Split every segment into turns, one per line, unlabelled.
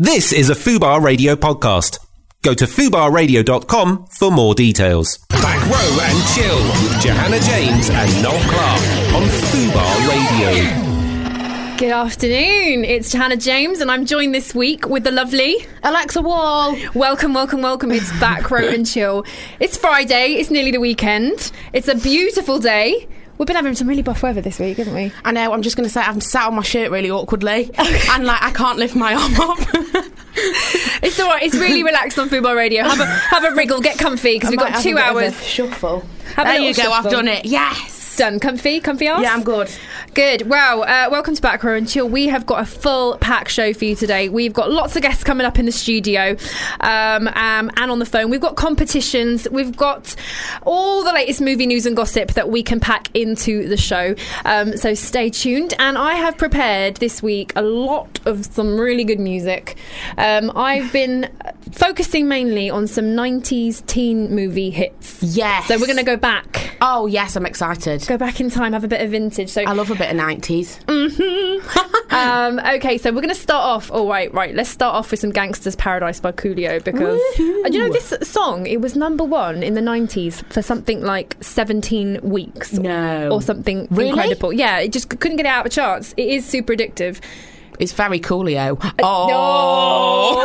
This is a Fubar Radio podcast. Go to fubarradio.com for more details. Back row and chill with Johanna James and Noel Clark on Fubar Radio.
Good afternoon. It's Hannah James, and I'm joined this week with the lovely
Alexa Wall.
Welcome, welcome, welcome. It's back row and chill. It's Friday. It's nearly the weekend. It's a beautiful day. We've been having some really buff weather this week, haven't we?
I know. I'm just going to say I'm sat on my shirt really awkwardly, and like I can't lift my arm up.
It's all right. It's really relaxed on Football Radio. Have a have a wriggle. Get comfy because we've got two hours.
Shuffle.
Have a
there
little
you go. I've
shuffle.
done it. Yes.
Done. Comfy. Comfy. Arse?
Yeah, I'm good.
Good. Well, uh, welcome to Back Row and Chill. We have got a full pack show for you today. We've got lots of guests coming up in the studio um, um, and on the phone. We've got competitions. We've got all the latest movie news and gossip that we can pack into the show. Um, so stay tuned. And I have prepared this week a lot of some really good music. Um, I've been focusing mainly on some 90s teen movie hits.
Yes.
So we're going to go back.
Oh yes, I'm excited.
Go back in time, have a bit of vintage. So
I love a bit of nineties.
um, okay, so we're going to start off. Oh, right, right. Let's start off with some Gangsters Paradise by Coolio because.
Woohoo.
Uh, you know, this song, it was number one in the 90s for something like 17 weeks.
No.
Or something
Really?
incredible. Yeah, it just c- couldn't get it out of charts. It is super addictive. Uh,
It's very coolio. Oh,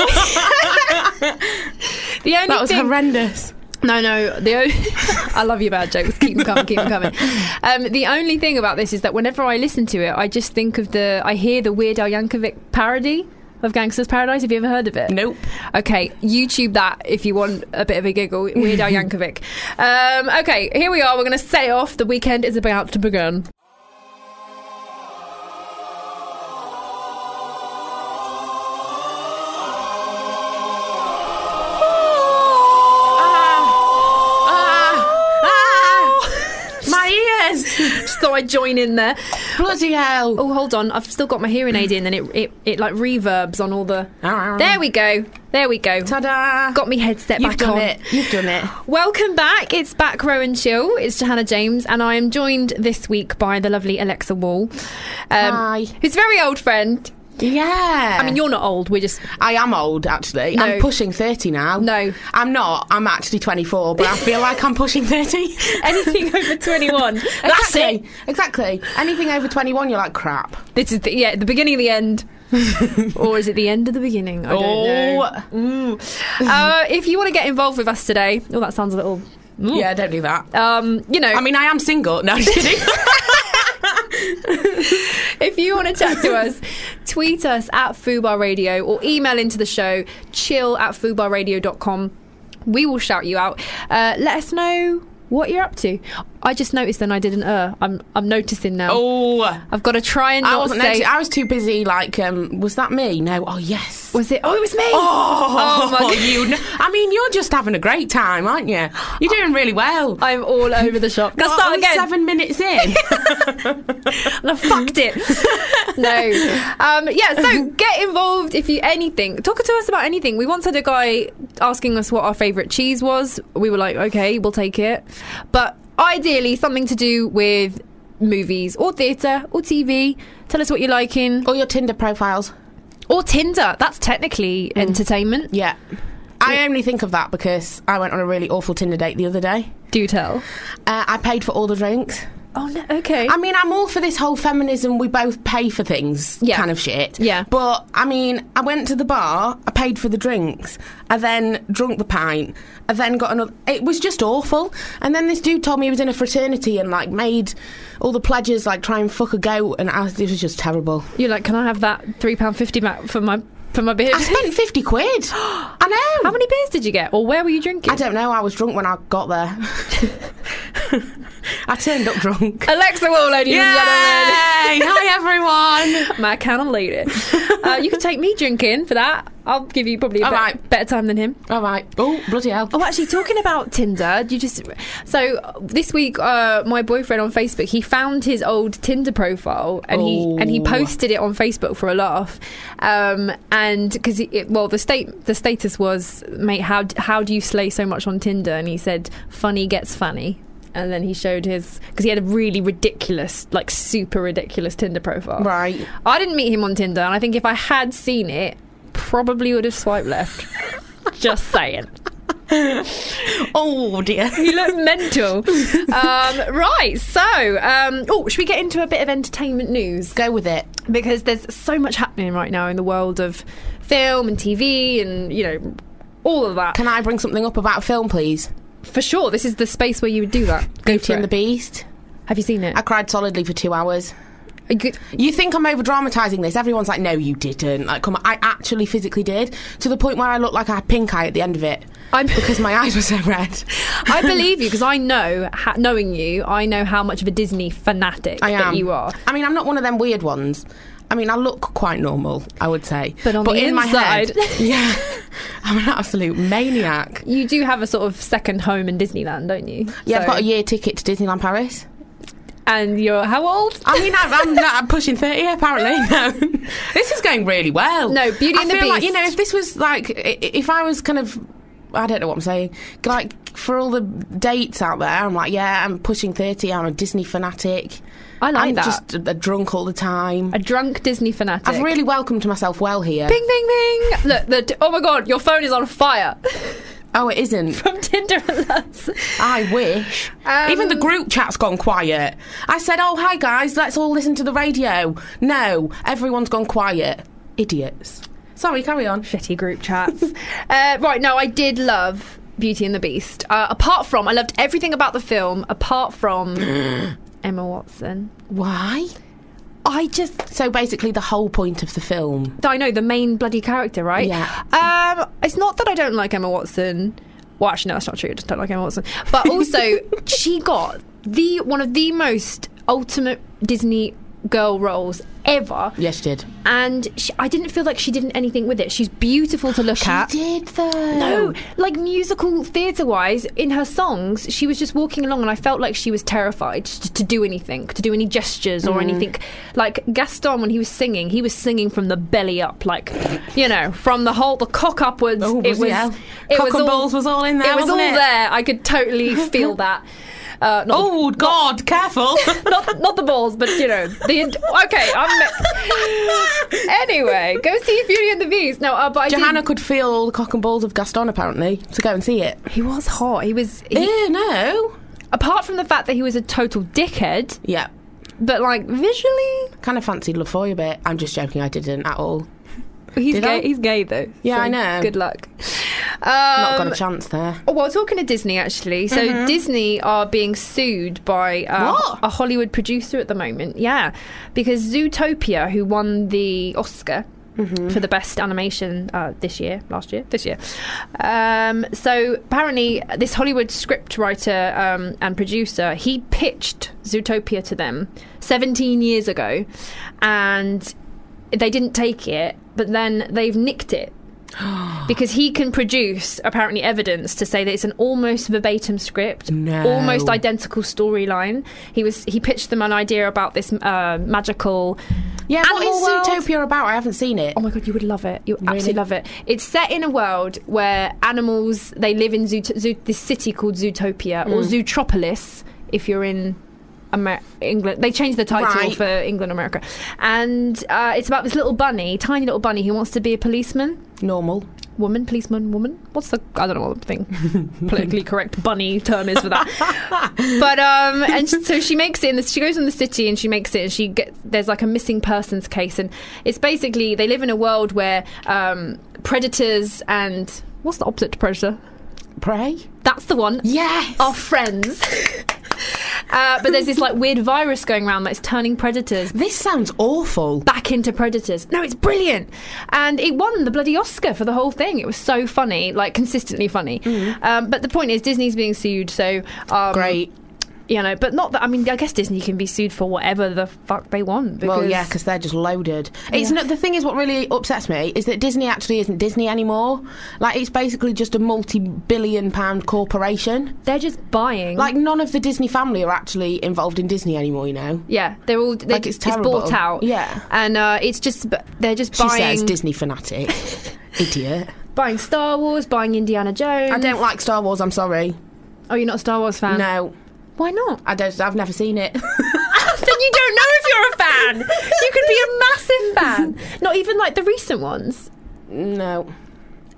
the only
that was
thing-
horrendous.
No, no. The o- I love your bad jokes. Keep them coming. Keep them coming. Um, the only thing about this is that whenever I listen to it, I just think of the. I hear the Weird Al Yankovic parody of Gangsters Paradise. Have you ever heard of it?
Nope.
Okay, YouTube that if you want a bit of a giggle. Weird Al Yankovic. Um, okay, here we are. We're going to set it off. The weekend is about to begin.
Ah, ah, my ears.
Just thought I'd join in there.
Bloody hell.
Oh, hold on. I've still got my hearing aid in, and it it, it like reverbs on all the.
There.
There we go. There we go.
Ta-da.
Got me headset
You've
back
done
on.
it. You've done it.
Welcome back. It's Back Row and Chill. It's Johanna James, and I am joined this week by the lovely Alexa Wall. Um,
Hi.
Who's a very old friend.
Yeah.
I mean, you're not old. We're just.
I am old, actually.
No.
I'm pushing 30 now.
No.
I'm not. I'm actually 24, but I feel like I'm pushing 30.
Anything over 21. That's it.
exactly. Exactly. Anything over 21, you're like, crap.
This is the, yeah, the beginning of the end. or is it the end of the beginning? I don't
Oh.
know. Mm. Uh, if you want to get involved with us today, oh, that sounds a little. Ooh.
Yeah, don't do that.
Um, you know,
I mean, I am single. No, I'm just kidding.
If you want to chat to us, tweet us at Fubar Radio or email into the show chill at fubarradio.com. We will shout you out. Uh, let us know what you're up to. I just noticed then I didn't err. I'm I'm noticing now.
oh.
I've got to try and not
I wasn't
say.
noticing. I was too busy, like, um, was that me? No. Oh, yes.
was it? Oh, it was me.
Oh,
Oh, my God.
you! kn- I mean, you're just having a great time, aren't you? You're doing really well.
I'm all over the shop. Can I
What,
start
only
again?
Seven minutes in.
and I fucked it. no. Um, yeah, so get involved if you anything. Talk to us about anything. We once had a guy asking us what our favourite cheese was. We were like, okay, we'll take it. But ideally, something to do with movies or theatre or TV. Tell us what you're liking.
All your Tinder profiles. Mm.
Or Tinder. That's technically entertainment.
Yeah. I only think of that because I went on a really awful Tinder date the other day.
Do tell.
Uh, I paid for all the drinks.
Oh, no. Okay.
I mean, I'm all for this whole feminism, we both pay for things
Yeah.
kind of shit.
Yeah.
But, I mean, I went to the bar, I paid for the drinks, I then drunk the pint, I then got another. It was just awful. And then this dude told me he was in a fraternity and, like, made all the pledges, like, try and fuck a goat, and I, it was just terrible.
you're like, can I have that £3.50 ma- for my, for my beer?
I spent 50 quid. I know.
How many beers did you get? Or where were you drinking?
I don't know. I was drunk when I got there. I turned up drunk.
Alexa Wall, ladies and gentlemen.
Hi, everyone.
My can later. uh, you can take me drinking for that. I'll give you probably a
All
bet-
right.
better time than him.
All right. Oh, bloody hell.
Oh, actually, talking about Tinder, you just so uh, this week, uh, my boyfriend on Facebook, he found his old Tinder profile and he and he
Oh.
posted it on Facebook for a laugh, um, and because well, the state the status was, mate, how d- how do you slay so much on Tinder? And he said, funny gets funny. And then he showed his because he had a really ridiculous, like super ridiculous Tinder profile.
Right.
I didn't meet him on Tinder, and I think if I had seen it, probably would have swiped left. Just saying.
Oh dear.
You look mental. Um, right, so, um, oh, should we get into a bit of entertainment news?
Go with it.
because there's so much happening right now in the world of film and TV and you know all of that.
Can I bring something up about film, please?
For sure, this is the space where you would do that. Go
Beauty
to
and the
it.
Beast.
Have you seen it?
I cried solidly for two hours.
A good-
You think I'm over dramatising this? Everyone's like, no, you didn't. Like, come on, I actually physically did to the point where I looked like I had pink eye at the end of it
I'm
because my eyes were so red.
I believe you because I know, ha- knowing you, I know how much of a Disney fanatic
I am.
that you are.
I mean, I'm not one of them weird ones. I mean, I look quite normal, I would say.
But on the
in
inside-
my head, yeah, I'm an absolute maniac.
You do have a sort of second home in Disneyland, don't you?
Yeah, I've
So-
got a year ticket to Disneyland Paris.
And you're how old?
I mean, I'm, I'm, not, I'm pushing 30 apparently. No. this is going really well.
No, Beauty
I
and the
feel Like, you
Beast.
know, if this was like, i- i- if I was kind of, I don't know what I'm saying, like for all the dates out there, I'm like, yeah, I'm pushing 30, I'm a Disney fanatic.
I like
I'm
that.
just a, a drunk all the time.
a drunk Disney fanatic.
I've really welcomed myself well here.
Bing, bing, bing! Look, the t- oh my god, your phone is on fire
Oh, it isn't.
from Tinder alerts.
I wish.
Um,
Even the group chat's gone quiet. I said, oh, hi guys, let's all listen to the radio. No, everyone's gone quiet. Idiots. Sorry, carry on.
shitty group chats. uh, right, no, I did love Beauty and the Beast. Uh, apart from, I loved everything about the film, apart from Emma Watson.
Why?
I just,
So basically, the whole point of the film.
I know, the main bloody character, right?
Yeah.
Um, it's not that I don't like Emma Watson. Well, actually, no, that's not true. I just don't like Emma Watson. But also, she got the one of the most ultimate Disney girl roles ever.
Yes, she did.
And she, I didn't feel like she did anything with it. She's beautiful to look at.
did though.
No, like musical theatre wise, in her songs, she was just walking along and I felt like she was terrified to, to do anything, to do any gestures or
Mm.
anything. Like Gaston, when he was singing, he was singing from the belly up, like, you know, from the whole, the cock upwards.
Oh, was
it
he,
was,
yeah?
it
Cock
was
and
all-
balls was all in there,
It was
wasn't
all
it?
there. I could totally feel that. Uh, not the-
Oh God! Careful.
not not the balls, but you know the int- okay. I'm anyway. Go see Beauty and the Beast. No, uh, but I did-
Johanna could feel all the cock and balls of Gaston apparently. So go and see it.
he was hot. He was he,
Ew, no.
apart from the fact that he was a total dickhead,
Yeah.
but like visually,
Kind of fancied Lafoy a bit. I'm just joking. I didn't at all.
he's
Did
gay.
I?
He's gay though.
Yeah, I know.
Good luck. Um,
Not got a chance there.
oh, well, talking to Disney actually, so Disney are being sued by uh,
What?
a Hollywood producer at the moment. Yeah, because Zootopia, who won the Oscar. For the best animation uh, this year, last year, this year. Um, so apparently, this Hollywood script writer um, and producer he pitched Zootopia to them 17 years ago, and they didn't take it, but then they've nicked it. Because he can produce apparently evidence to say that it's an almost verbatim script,
No.
almost identical storyline. He was he pitched them an idea about this uh, magical
Yeah.
Animal World?
what is Zootopia about? I haven't seen it.
Oh my god, you would love it. You would absolutely
Really?
love it. It's set in a world where animals they live in Zoot- Zoot- this city called
Mm.
Zootopia or Zootropolis if you're in Amer- England. They changed the title
Right.
for England America, and uh, it's about this little bunny, tiny little bunny who wants to be a policeman.
Normal.
Woman, policeman, woman. What's the I don't know what the thing politically correct bunny term is for that. but um, and sh- so she makes it. In the, she goes in the city and she makes it. And she gets there's like a missing persons case, and it's basically they live in a world where um, predators and what's the opposite to predator?
Prey.
That's the one
Yes.
are friends. uh, but there's this like weird virus going around that's turning predators
This sounds awful.
back into Predators. No, it's brilliant. And it won the bloody Oscar for the whole thing. It was so funny, like consistently funny. Um, but the point is, Disney's being sued, so.
Mm.
Um,
Great.
You know, but not that. I mean, I guess Disney can be sued for whatever the fuck they want. Because
Well, yeah, because they're just loaded. It's
Yeah.
not the thing is what really upsets me is that Disney actually isn't Disney anymore. Like it's basically just a multi-billion-pound corporation.
they're just buying.
Like none of the Disney family are actually involved in Disney anymore. You know,
yeah, they're all. They're,
Like, it's terrible.
bought out.
Yeah.
And uh, it's just. but They're just
she
buying.
says Disney fanatic, idiot.
buying Star Wars, buying Indiana Jones.
I don't like Star Wars. I'm sorry.
Oh, you're not a Star Wars fan?
No,
Why not?
I don't. I've never seen it.
then you don't know if you're a fan. You could be a massive fan. Not even like the recent ones.
No.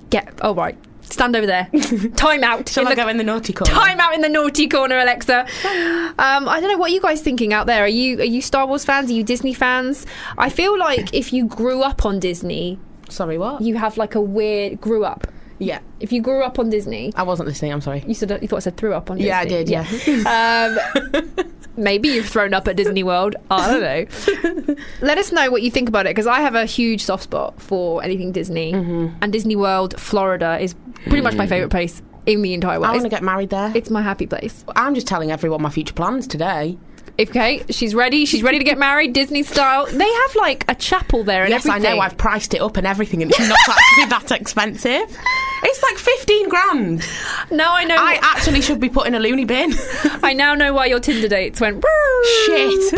Get. All right. Stand over there. Time out.
Shall
in
I
the-
go in the naughty corner?
Time out in the naughty corner, Alexa. Um, I don't know what are you guys thinking out there. Are you are you Star Wars fans? Are you Disney fans? I feel like if you grew up on Disney,
Sorry, what?
you have like a weird grew up.
yeah.
If you grew up on Disney,
I wasn't listening, I'm sorry.
you said you thought I said threw up on.
Yeah, I
Disney.
did, yeah.
Um, maybe you've thrown up at Disney World. I don't know. Let us know what you think about it because I have a huge soft spot for anything Disney and Disney World. Florida is pretty much my favorite place in the entire
I
world.
want to
It's-
get married there.
it's my happy place.
I'm just telling everyone my future plans today.
If okay, she's ready. She's ready to get married, Disney style. They have like a chapel there and
yes,
everything.
I know I've priced it up and everything, and it's not actually that expensive. It's like 15 grand.
now I know.
I
I,
actually should be put in a loony bin.
now know why your Tinder dates went.
Shit.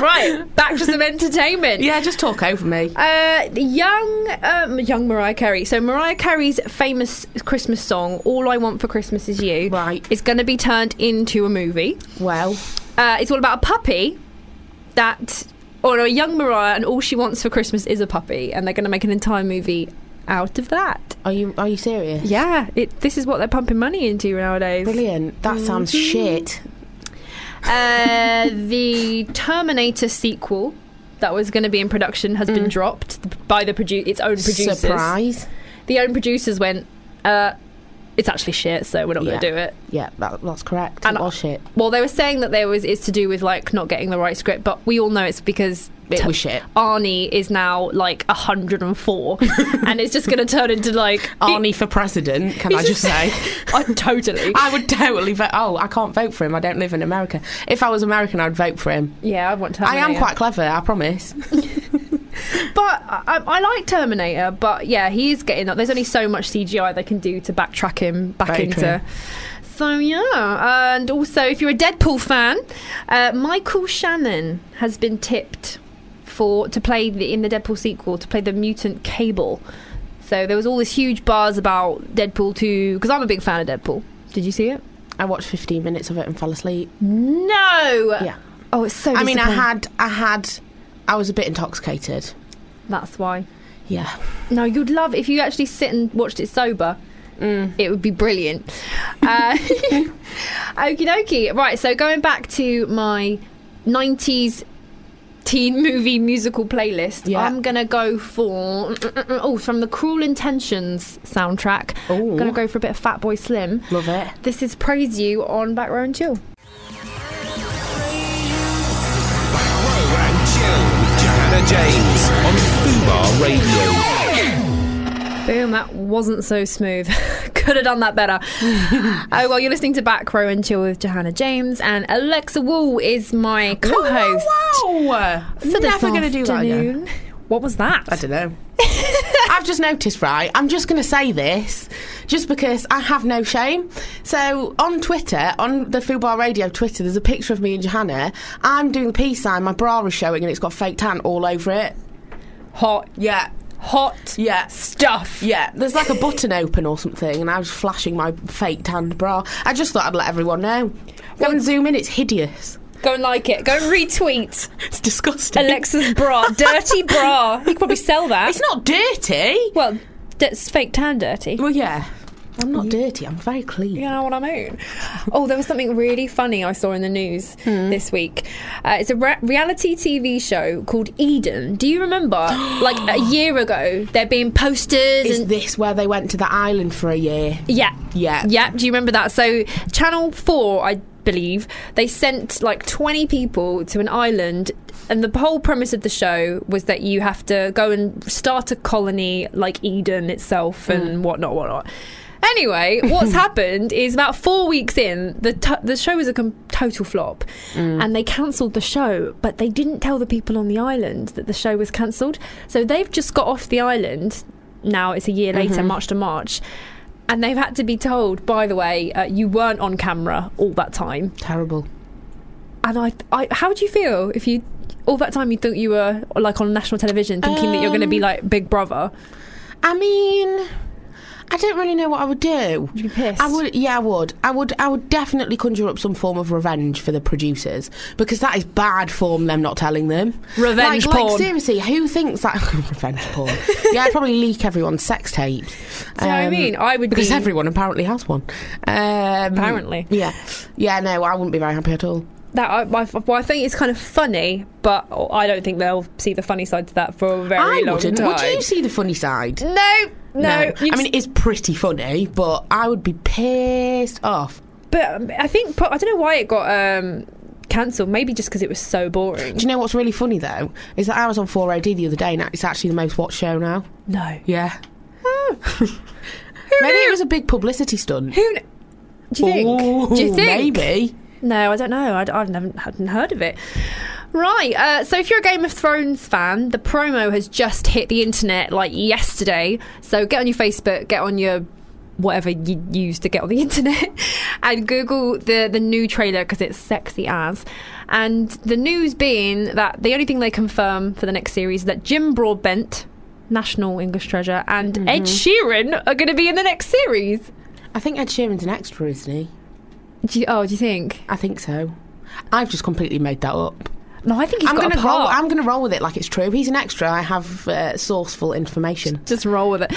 right, back to some entertainment.
yeah, just talk over me.
Uh, the young, um, young Mariah Carey. So Mariah Carey's famous Christmas song, "All I Want for Christmas Is You,"
Right.
is going to be turned into a movie.
Well,
Uh, it's all about a puppy that, or a young Mariah, and all she wants for Christmas is a puppy, and they're going to make an entire movie out of that.
are you are you serious?
Yeah, it, this is what they're pumping money into nowadays. Mm-hmm.
Brilliant. That sounds shit.
Uh, the Terminator sequel that was going to be in production has been dropped by the produ- its own producers.
Mm. Surprise.
The own producers went, uh, it's actually shit, so we're not going
Yeah.
to do it.
Yeah, that, that's correct.
And
it was shit.
Well, they were saying that there was it's to do with like not getting the right script, but we all know it's because
It
T-
was shit.
Arnie is now like 104, and it's just going to turn into like
Arnie for president, can I just say?
I, totally.
I would totally vote. Oh, I can't vote for him. I don't live in America. If I was American, I'd vote for him.
yeah, I want to.
I am quite clever, I promise.
But I, I like Terminator, but yeah, he is getting up. There's only so much CGI they can do to backtrack him back
Very
into.
true.
So yeah, and also if you're a Deadpool fan, uh, Michael Shannon has been tipped for to play the, in the Deadpool sequel to play the mutant Cable. So there was all this huge buzz about Deadpool 2 because I'm a big fan of Deadpool. Did you see it?
I watched 15 minutes of it and fell asleep.
No.
Yeah.
Oh, it's so.
I mean, I
disappointing.
had, I had, I was a bit intoxicated.
That's why.
Yeah.
No, you'd love if you actually sit and watched it sober.
Mm.
It would be brilliant. Uh, Okie dokie. Right, so going back to my 90s teen movie musical playlist,
Yeah.
I'm going to go for. Oh, from the Cruel Intentions soundtrack.
Ooh.
I'm going to go for a bit of Fatboy Slim.
Love it.
This is Praise You on Back Row and Chill.
Back row and chill with Johanna James on Fubar Radio.
Boom, that wasn't so smooth. Could have done that better. oh, well, you're listening to Back Row and Chill with Johanna James, and Alexa Wall is my co host.
Wow. Never going to do that again.
What was that?
I don't know. I've just noticed, right? I'm just going to say this just because I have no shame. So on Twitter, on the Fubar Radio Twitter, there's a picture of me and Johanna. I'm doing the peace sign, my bra is showing, and it's got fake tan all over it.
Hot,
Yeah.
hot
Yeah.
stuff.
Yeah, there's like a button open or something, and I was flashing my fake tanned bra. I just thought I'd let everyone know. Go and zoom in, it's hideous.
Go and like it. Go and retweet
It's disgusting.
Alexa's bra. dirty bra. You could probably sell that.
It's not dirty.
well, that's fake tan dirty.
Well, yeah. I'm not dirty, I'm very clean.
You know what I mean? oh, there was something really funny I saw in the news
Hmm.
this week. Uh, it's a re- reality TV show called Eden. Do you remember? like a year ago, there being posters
Is
and
this where they went to the island for a year?
yeah,
Yeah.
yeah. Do you remember that? So Channel Four, I believe, they sent like twenty people to an island. And the whole premise of the show was that you have to go and start a colony like Eden itself and whatnot, whatnot. Anyway, what's happened is about four weeks in, the t- the show was a com- total flop, and they cancelled the show. But they didn't tell the people on the island that the show was cancelled, so they've just got off the island. Now it's a year later,
Mm-hmm.
March to March, and they've had to be told. By the way, uh, you weren't on camera all that time.
Terrible.
And I, I, how would you feel if you? All that time you thought you were
Um,
like on national television, thinking that you're going to be like Big Brother.
I mean, I don't really know what I would do.
You'd be pissed.
I would, yeah, I would. I would, I would definitely conjure up some form of revenge for the producers because that is bad form. Them not telling them
Revenge
like, like,
porn.
seriously, who thinks that revenge porn? yeah, I'd probably leak everyone's sex tapes. Um,
See what I mean? I would
because
be-
everyone apparently has one. Um,
Apparently.
yeah, yeah. No, I wouldn't be very happy at all.
That I, I, well, I think it's kind of funny, but I don't think they'll see the funny side to that for a very
I
long
wouldn't.
time.
Would you see the funny side?
No, no.
I
You just-
mean, it's pretty funny, but I would be pissed off.
but um, I think pro- I don't know why it got um, cancelled. Maybe just because it was so boring.
Do you know what's really funny though? Is that I was on 4AD the other day, and it's actually the most watched show now.
No.
Yeah. Oh. Maybe it was a big publicity stunt.
Who? kn- Do you think? Do you
Ooh,
think?
Maybe.
No, I don't know. I, I haven't, hadn't heard of it. Right. Uh, so, if you're a Game of Thrones fan, the promo has just hit the internet like yesterday. So, get on your Facebook, get on your whatever you use to get on the internet, and Google the, the new trailer because it's sexy as. And the news being that the only thing they confirm for the next series is that Jim Broadbent, National English Treasure, and
Mm-hmm.
Ed Sheeran are going to be in the next series.
I think Ed Sheeran's an extra, isn't he?
Do you, oh, do you think?
I think so. I've just completely made that up.
No, I think he's
I'm
got
gonna
a part.
roll. I'm gonna roll with it like it's true. He's an extra. I have uh, sourceful information,
just roll with it.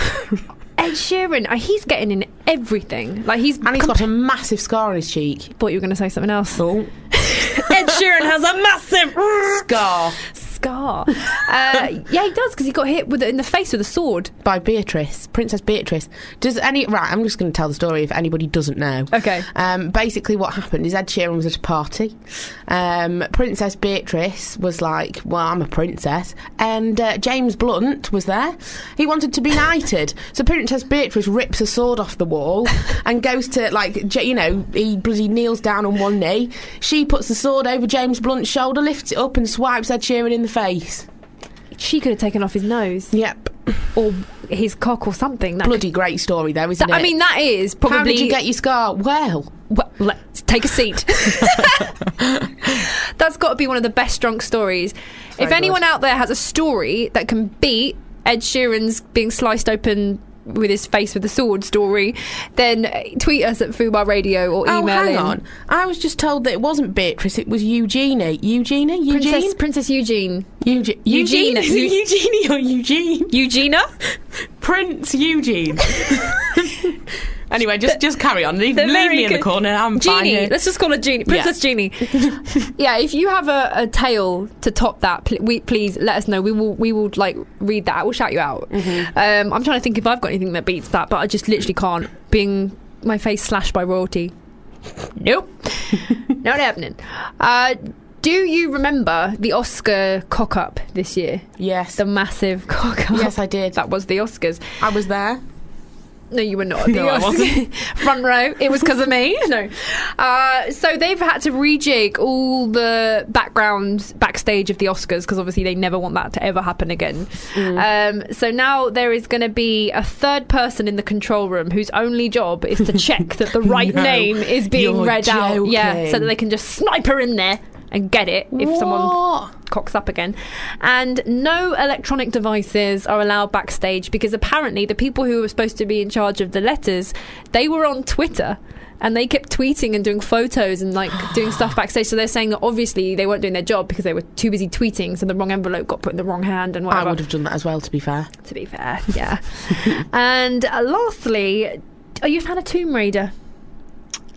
Ed Sheeran, uh, he's getting in everything. Like he's.
and he's
com-
got a massive scar on his cheek.
thought you were going to say something else.
Oh,
Ed Sheeran has a massive
scar
scar. Uh, yeah, he does because he got hit with in the face with a sword.
by Beatrice, Princess Beatrice. Does any right? I'm just going to tell the story if anybody doesn't know.
Okay.
Um, basically, what happened is Ed Sheeran was at a party. Um, princess Beatrice was like, "Well, I'm a princess," and uh, James Blunt was there. He wanted to be knighted, so Princess Beatrice rips a sword off the wall and goes to like, j- you know, he bloody kneels down on one knee. She puts the sword over James Blunt's shoulder, lifts it up, and swipes Ed Sheeran in the face.
She could have taken off his nose
Yep.
or his cock or something. That
Bloody great story, though, isn't
That- I
it?
mean, that is probably.
How did you get your scar? Well,
Well, let's take a seat. That's got to be one of the best drunk stories. if
good.
anyone out there has a story that can beat Ed Sheeran's being sliced open with his face with a sword story, then uh, tweet us at Fubar Radio or email
oh, hang
in.
on. I was just told that it wasn't Beatrice, it was Eugenie. Eugenie? Eugene?
Princess, Princess Eugene.
Euge- Eugene?
Eugene.
Is it Eugenie or Eugene?
Eugenia?
Prince Eugene. anyway, just just carry on. Leave,
They're
leave
very
me in the
good.
corner. I'm fine.
Genie.
here.
Let's just call her Genie. Princess Genie. yeah, if you have a, a tale to top that, pl- we, please let us know. We will we will like read that. We'll shout you out.
Mm-hmm.
Um, I'm trying to think if I've got anything that beats that, but I just literally can't. Being my face slashed by royalty. Nope. Not happening. Uh, do you remember the Oscar cock up this year?
Yes.
The massive cock up.
yes, I did.
That was the Oscars.
I was there.
No, you were not. at the
No, I
Oscars.
wasn't.
Front row. It was because of me. No. Uh, so they've had to rejig all the background backstage of the Oscars because obviously they never want that to ever happen again.
Mm.
Um, so now there is going to be a third person in the control room whose only job is to check that the right
No,
name is being
you're
read out. Yeah, so
joking.
that they can just snipe her in there and get it if someone
What?
cocks up again. And no electronic devices are allowed backstage because apparently the people who were supposed to be in charge of the letters, they were on Twitter and they kept tweeting and doing photos and like doing stuff backstage. So they're saying that obviously they weren't doing their job because they were too busy tweeting, so the wrong envelope got put in the wrong hand and
I
whatever.
would have done that as well, to be fair.
To be fair, yeah. and uh, lastly, are you a fan of Tomb Raider?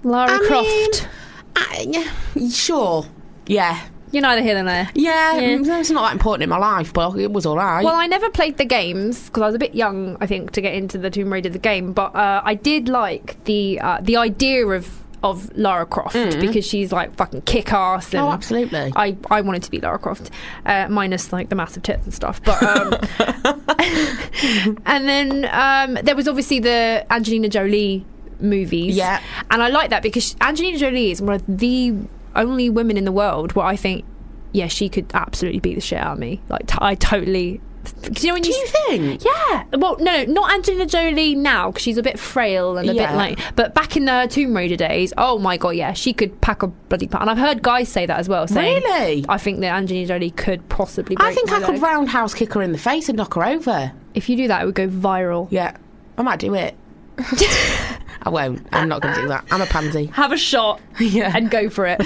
Lara
I mean-
Croft.
I, yeah, sure. Yeah.
You're neither here nor there.
Yeah,
Yeah.
mm, it's not that important in my life, but it was all right.
Well, I never played the games because I was a bit young, I think, to get into the Tomb Raider the game. But uh, I did like the uh, the idea of of Lara Croft because she's like fucking kick ass.
Mm. Oh, absolutely.
I, I wanted to be Lara Croft, uh, minus like the massive tits and stuff. But um, and then um, there was obviously the Angelina Jolie movies.
Yeah.
and I like that because Angelina Jolie is one of the only women in the world where I think, yeah, she could absolutely beat the shit out of me. Like t- I totally. 'cause You know when
Do
you
you think?
yeah. Well, no, not Angelina Jolie now because she's a bit frail and a
Yeah.
bit like. But back in the Tomb Raider days, oh my god, yeah, she could pack a bloody pack. And I've heard guys say that as well. Saying,
Really?
I think that Angelina Jolie could possibly. Break
I think
my
I could
leg.
roundhouse kick her in the face and knock her over.
if you do that, it would go viral.
Yeah, I might do it. I won't. I'm not going to do that. I'm a pansy.
Have a shot and go for it.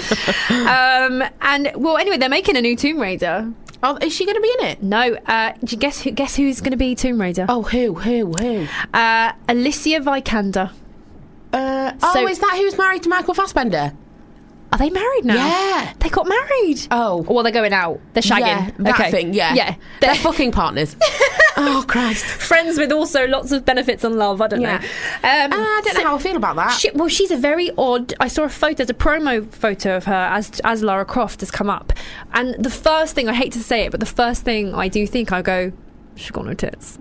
um, and well, anyway, they're making a new Tomb Raider.
Oh, is she going to be in it?
No, uh, do you guess who? Guess who's going to be Tomb Raider?
Oh, who, who, who?
Uh, Alicia Vikander.
Uh, oh,
So-
is that who's married to Michael Fassbender?
Are they married now?
Yeah.
They got married.
Oh.
Well, they're going out. They're shagging.
Yeah, that
okay.
thing, yeah.
Yeah.
They're fucking partners. oh, Christ.
friends with also lots of benefits and love. I don't
Yeah.
know. Um,
Uh, I don't know how I feel about that.
She, well, she's a very odd. I saw a photo, there's a promo photo of her as as Lara Croft has come up, and the first thing I hate to say it, but the first thing I do think I go, she's got no tits.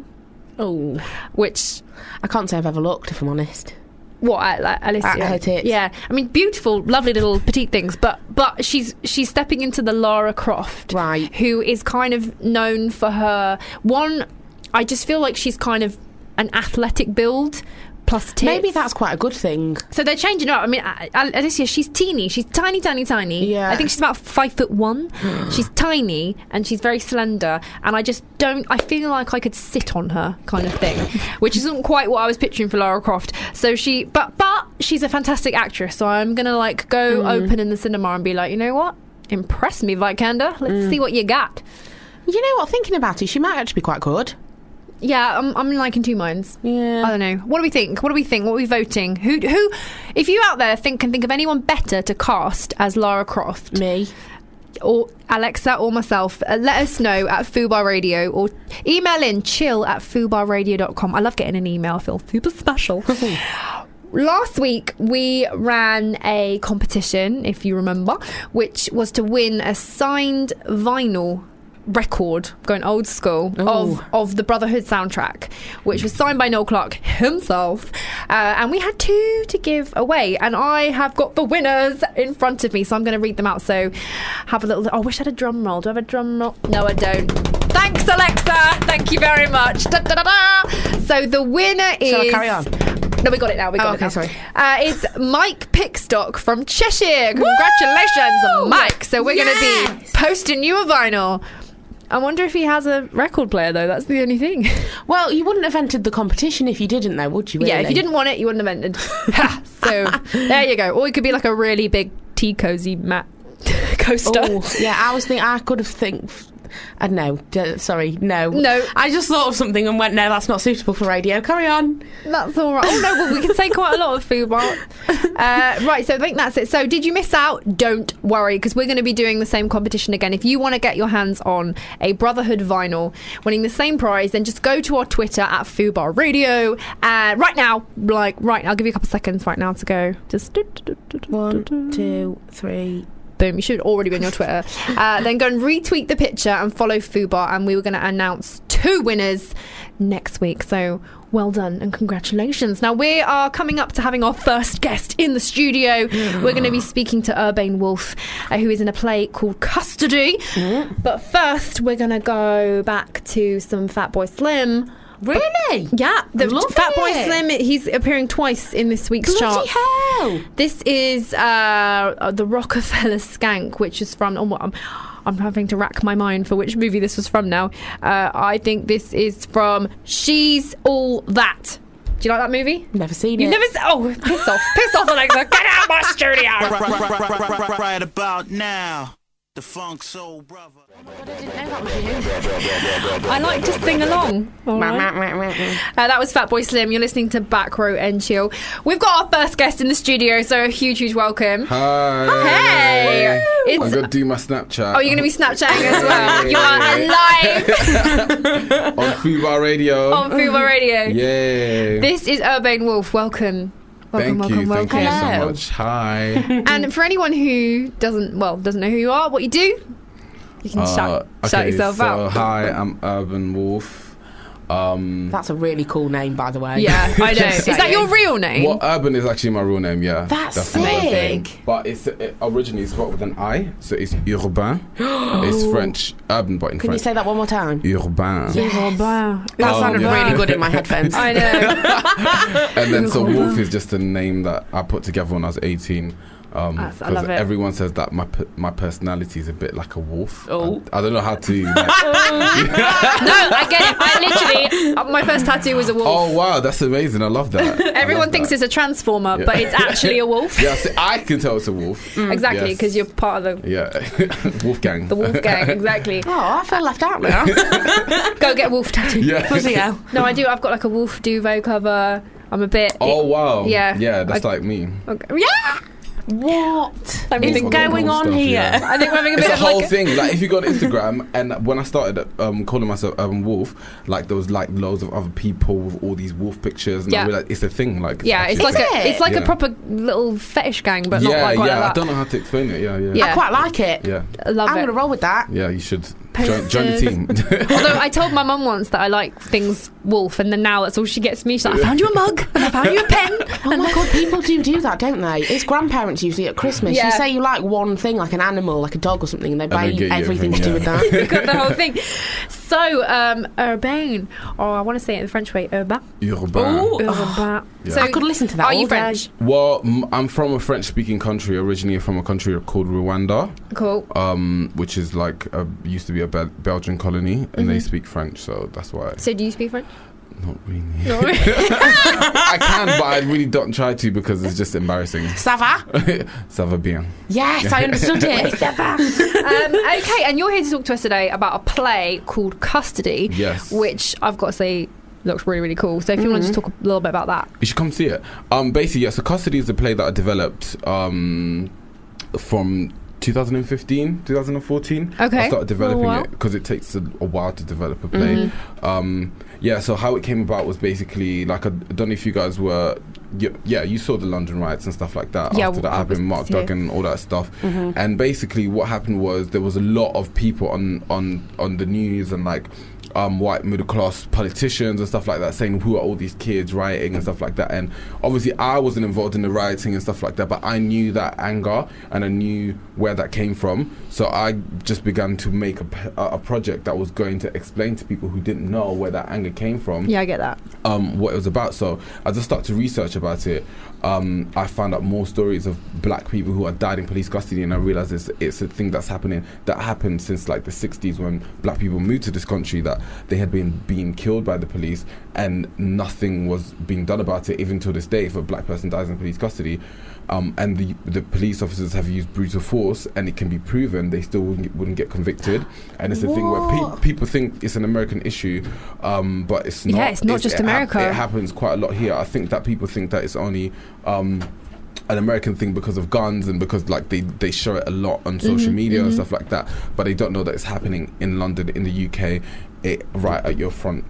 oh,
Which
I can't say I've ever looked, if I'm honest.
what at, like, Alicia?
At her tits.
Yeah, I mean, beautiful, lovely little petite things, but but she's she's stepping into the Lara Croft,
Right.
Who is kind of known for her one. I just feel like she's kind of an athletic build. Plus tits.
Maybe that's quite a good thing.
So they're changing her up. I mean, A- A- Alicia, she's teeny. She's tiny, tiny, tiny.
Yeah.
I think she's about five foot one. she's tiny and she's very slender. And I just don't, I feel like I could sit on her kind of thing, which isn't quite what I was picturing for Lara Croft. So she, but, but she's a fantastic actress. So I'm going to like go
Mm.
open in the cinema and be like, you know what? Impress me, Vikander. Let's see what you got.
Mm. You know what? Thinking about it, she might actually be quite good.
Yeah, I'm, I'm like in two minds.
Yeah.
I don't know. What do we think? What do we think? What are we voting? Who, who, if you out there think can think of anyone better to cast as Lara Croft
Me.
or Alexa or myself, uh, let us know at Fubar Radio or email in chill at fubarradio.com. I love getting an email. I feel super special. Last week we ran a competition, if you remember, which was to win a signed vinyl record, going old school,
Ooh.
of of the Brotherhood soundtrack, which was signed by Noel Clark himself. Uh, and we had two to give away, and I have got the winners in front of me, so I'm going to read them out. So have a little. Oh, I wish I had a drum roll. Do I have a drum roll? No, I don't. Thanks, Alexa. Thank you very much. Da, da, da, da. So the winner is.
Shall I carry on?
No, we got it now. We got
Oh,
it
okay,
now.
sorry.
Uh, it's Mike Pickstock from Cheshire. Congratulations,
Woo!
Mike. So we're going to be
Yes!
posting you a vinyl. Oh, I wonder if he has a record player though. That's the only thing.
Well, you wouldn't have entered the competition if you didn't, though, would you? Really?
yeah, if you didn't want it, you wouldn't have entered. Ha, so there you go. Or it could be like a really big tea cozy mat coaster.
Oh, yeah, I was thinking, I could have think. I don't know. D- sorry, no.
No.
I just thought of something and went, no, that's not suitable for radio. Carry on.
That's all right. Oh no, well, we can say quite a lot of food art. Uh, right, so I think that's it. So did you miss out? Don't worry, because we're going to be doing the same competition again. If you want to get your hands on a Brotherhood vinyl, winning the same prize, then just go to our Twitter at Fubar Radio. Uh, right now, like right, I'll give you a couple seconds right now to go. Just do, do, do, do, do,
One,
do.
two, three.
boom. You should already be on your Twitter. Uh, then go and retweet the picture and follow Fubar, and we were going to announce two winners next week. So well done and congratulations. Now we are coming up to having our first guest in the studio. We're going to be speaking to Urbane Wolf, uh, who is in a play called Custody. But first, we're going to go back to some Fat Boy Slim.
Really?
Yeah, the
Loving
Fat Boy
it.
Slim. He's appearing twice in this week's
Bloody
chart.
hell!
This is uh, uh, the Rockefeller Skank, which is from. Oh, I'm, I'm having to rack my mind for which movie this was from now. Uh, I think this is from She's All That. Do you like that movie?
Never seen
You've
it.
never. s- Oh, piss off! Piss off, Alexa! Get out of my studio!
right, right, right, right, right, right, right about now. The funk soul brother.
I like to sing along. All right. Uh, that was Fat Boy Slim. You're listening to Back Row and Chill. We've got our first guest in the studio, so a huge, huge welcome.
Hi.
Hey. It's-
I'm gonna do my Snapchat.
Oh, you're going to be Snapchatting as well.
Hey.
You are alive.
on Fubar Radio.
on Fuba Radio.
Yay!
This is Urbane Wolf. Welcome.
thank
Welcome, welcome,
you,
welcome.
thank you so
Hello.
much. Hi.
And for anyone who doesn't, well, doesn't know who you are, what you do, you can
Uh,
shout, shout
okay,
yourself
so,
out.
Hi, I'm Urban Wolf. Um,
That's a really cool name, by the way.
Yeah, I know. is
Just
that
saying.
your real name?
well, Urban is actually my real name. Yeah,
That's
my real
sick.
name. But it's it originally it's spelled with an I, so it's Urbain. it's French, Urban, but in
Can you
French,
say that one more time?
Urbain.
That
Oh,
sounded
yeah.
really good in my headphones.
I know.
And then so Wolf is just a name that I put together when I was 18. Um,
That's- I
'cause
love it.
Everyone says that my per- my personality is a bit like a wolf.
Oh.
I, I don't know how to. like-
No, I get it. I literally, uh, my first tattoo was a wolf.
oh wow, that's amazing! I love that. I
Everyone
love
thinks
that.
it's a transformer, Uh, but it's actually a wolf. Mm.
yeah, see, I can tell it's a wolf.
Exactly,
Yes.
because you're part of the,
Yeah, wolf gang.
the wolf gang. Exactly.
Oh, I feel left out now.
Go get a wolf tattoo.
Yeah.
Bloody hell.
No, I do. I've got like a wolf duvet cover. I'm a bit.
Oh wow.
Yeah.
Yeah, that's
I-
like me.
Okay. Yeah.
What?
I mean,
is
Wolf
going
wolf
on
stuff,
here?
yeah.
I think we're having a
It's
bit
a
of
whole
like.
thing. Like, if you go on Instagram, and when I started um, calling myself um, Wolf, like there was like loads of other people with all these wolf pictures, and
Yeah.
I realized it's a thing. Like,
Yeah, it's
actually
like a
it?
it's like a
Yeah.
proper little fetish gang, but
yeah,
not like quite
yeah. I
like that.
don't know how to explain it. Yeah, yeah,
Yeah.
I quite like it.
yeah,
I Love
I'm
it.
going to roll with that.
yeah. You should join, join the team.
Although I told my mum once that I like things wolf, and then now that's all she gets me. She's like, I found you a mug, and I found you a pen.
Oh my god, people do do that, don't they? It's grandparents usually at Christmas.
Yeah.
You say you like one thing, like an animal, like a dog or something, and they buy
they
you
get you
everything to do with
everything,
that.
Got the whole thing. So, um, Urbain, or I want to say it in the French way, Urbain.
Urbain.
Ooh.
Urbain.
Yeah.
So
I could listen to that
Are
all
you
day.
French?
Well, m- I'm from a French-speaking country. Originally from a country called Rwanda,
Cool.
um, which is like a, used to be a Bel- Belgian colony, and they
Mm-hmm.
speak French, so that's why.
So, do you speak French?
Not really.
No.
I can, but I really don't try to because it's just embarrassing.
Ça va?
Ça va bien.
Yes, I understood it.
um, okay, and you're here to talk to us today about a play called Custody,
Yes. Mm-hmm.
which I've got to say looks really, really cool. So, if you want to just talk a little bit about that,
You should come see it. Um, basically, yeah. So Custody is a play that I developed um, from 2015, 2014.
Okay.
I started developing
Oh, wow. Mm-hmm.
it because it takes a, a while to develop a play. Um, yeah. So how it came about was basically like I don't know if you guys were. you- Yeah, you saw the London riots and stuff like that
Yeah,
after that
I was
happened, Mark
here.
Duggan, all that stuff.
Mm-hmm.
And basically, what happened was there was a lot of people on on on the news and like um, white middle class politicians and stuff like that saying who are all these kids rioting and stuff like that. And obviously, I wasn't involved in the rioting and stuff like that, but I knew that anger and I knew where that came from. So I just began to make a, p- a a project that was going to explain to people who didn't know where that anger came from
yeah, I get that.
um, what it was about. So I just started to research about it. Um, I found out more stories of black people who had died in police custody, and I realized it's, it's a thing that's happening that happened since like the 60s when black people moved to this country that they had been being killed by the police and nothing was being done about it, even till this day. If a black person dies in police custody, um, and the, the police officers have used brutal force and it can be proven, they still wouldn't, wouldn't get convicted. And it's a thing where pe-
What?
people think it's an American issue, um, but it's
Yeah, it's not just
it hap-
America.
it happens quite a lot here. I think that people think that it's only um, an American thing because of guns and because like they, they show it a lot on
Mm-hmm,
social media and stuff like that, but they don't know that it's happening in London, in the UK, it right at your front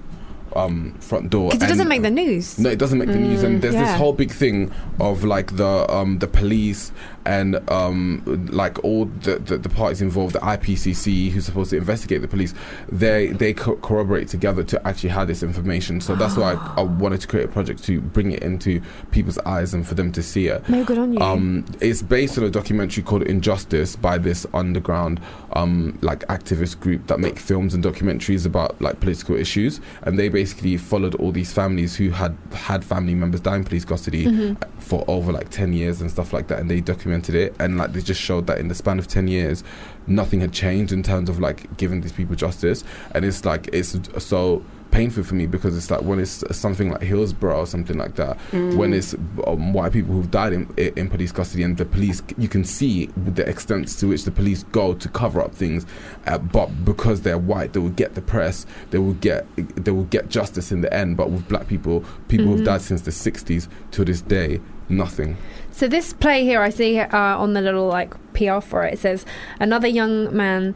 um, front door.
Because it
And-
doesn't make the news.
no, it doesn't make the news, and there's
Mm, yeah.
this whole big thing of like the um, the police and um, like all the, the the parties involved, the IPCC, who's supposed to investigate the police. They they co- corroborate together to actually have this information. So that's why I, I wanted to create a project to bring it into people's eyes and for them to see it.
No good on you.
Um, it's based on a documentary called Injustice by this underground um, like activist group that make films and documentaries about like political issues, and they basically followed all these families who had had family members die in police custody for over like ten years and stuff like that, and they documented it, and like they just showed that in the span of ten years, nothing had changed in terms of like giving these people justice, and it's like it's so painful for me because it's like when it's something like Hillsborough or something like that, when it's um, white people who've died in, in police custody and the police, you can see the extent to which the police go to cover up things, uh, but because they're white, they will get the press, they will get they will get justice in the end. But with black people, people
Mm-hmm.
who've died since the '60s to this day, nothing.
So this play here, I see uh, on the little like PR for it. It says another young man.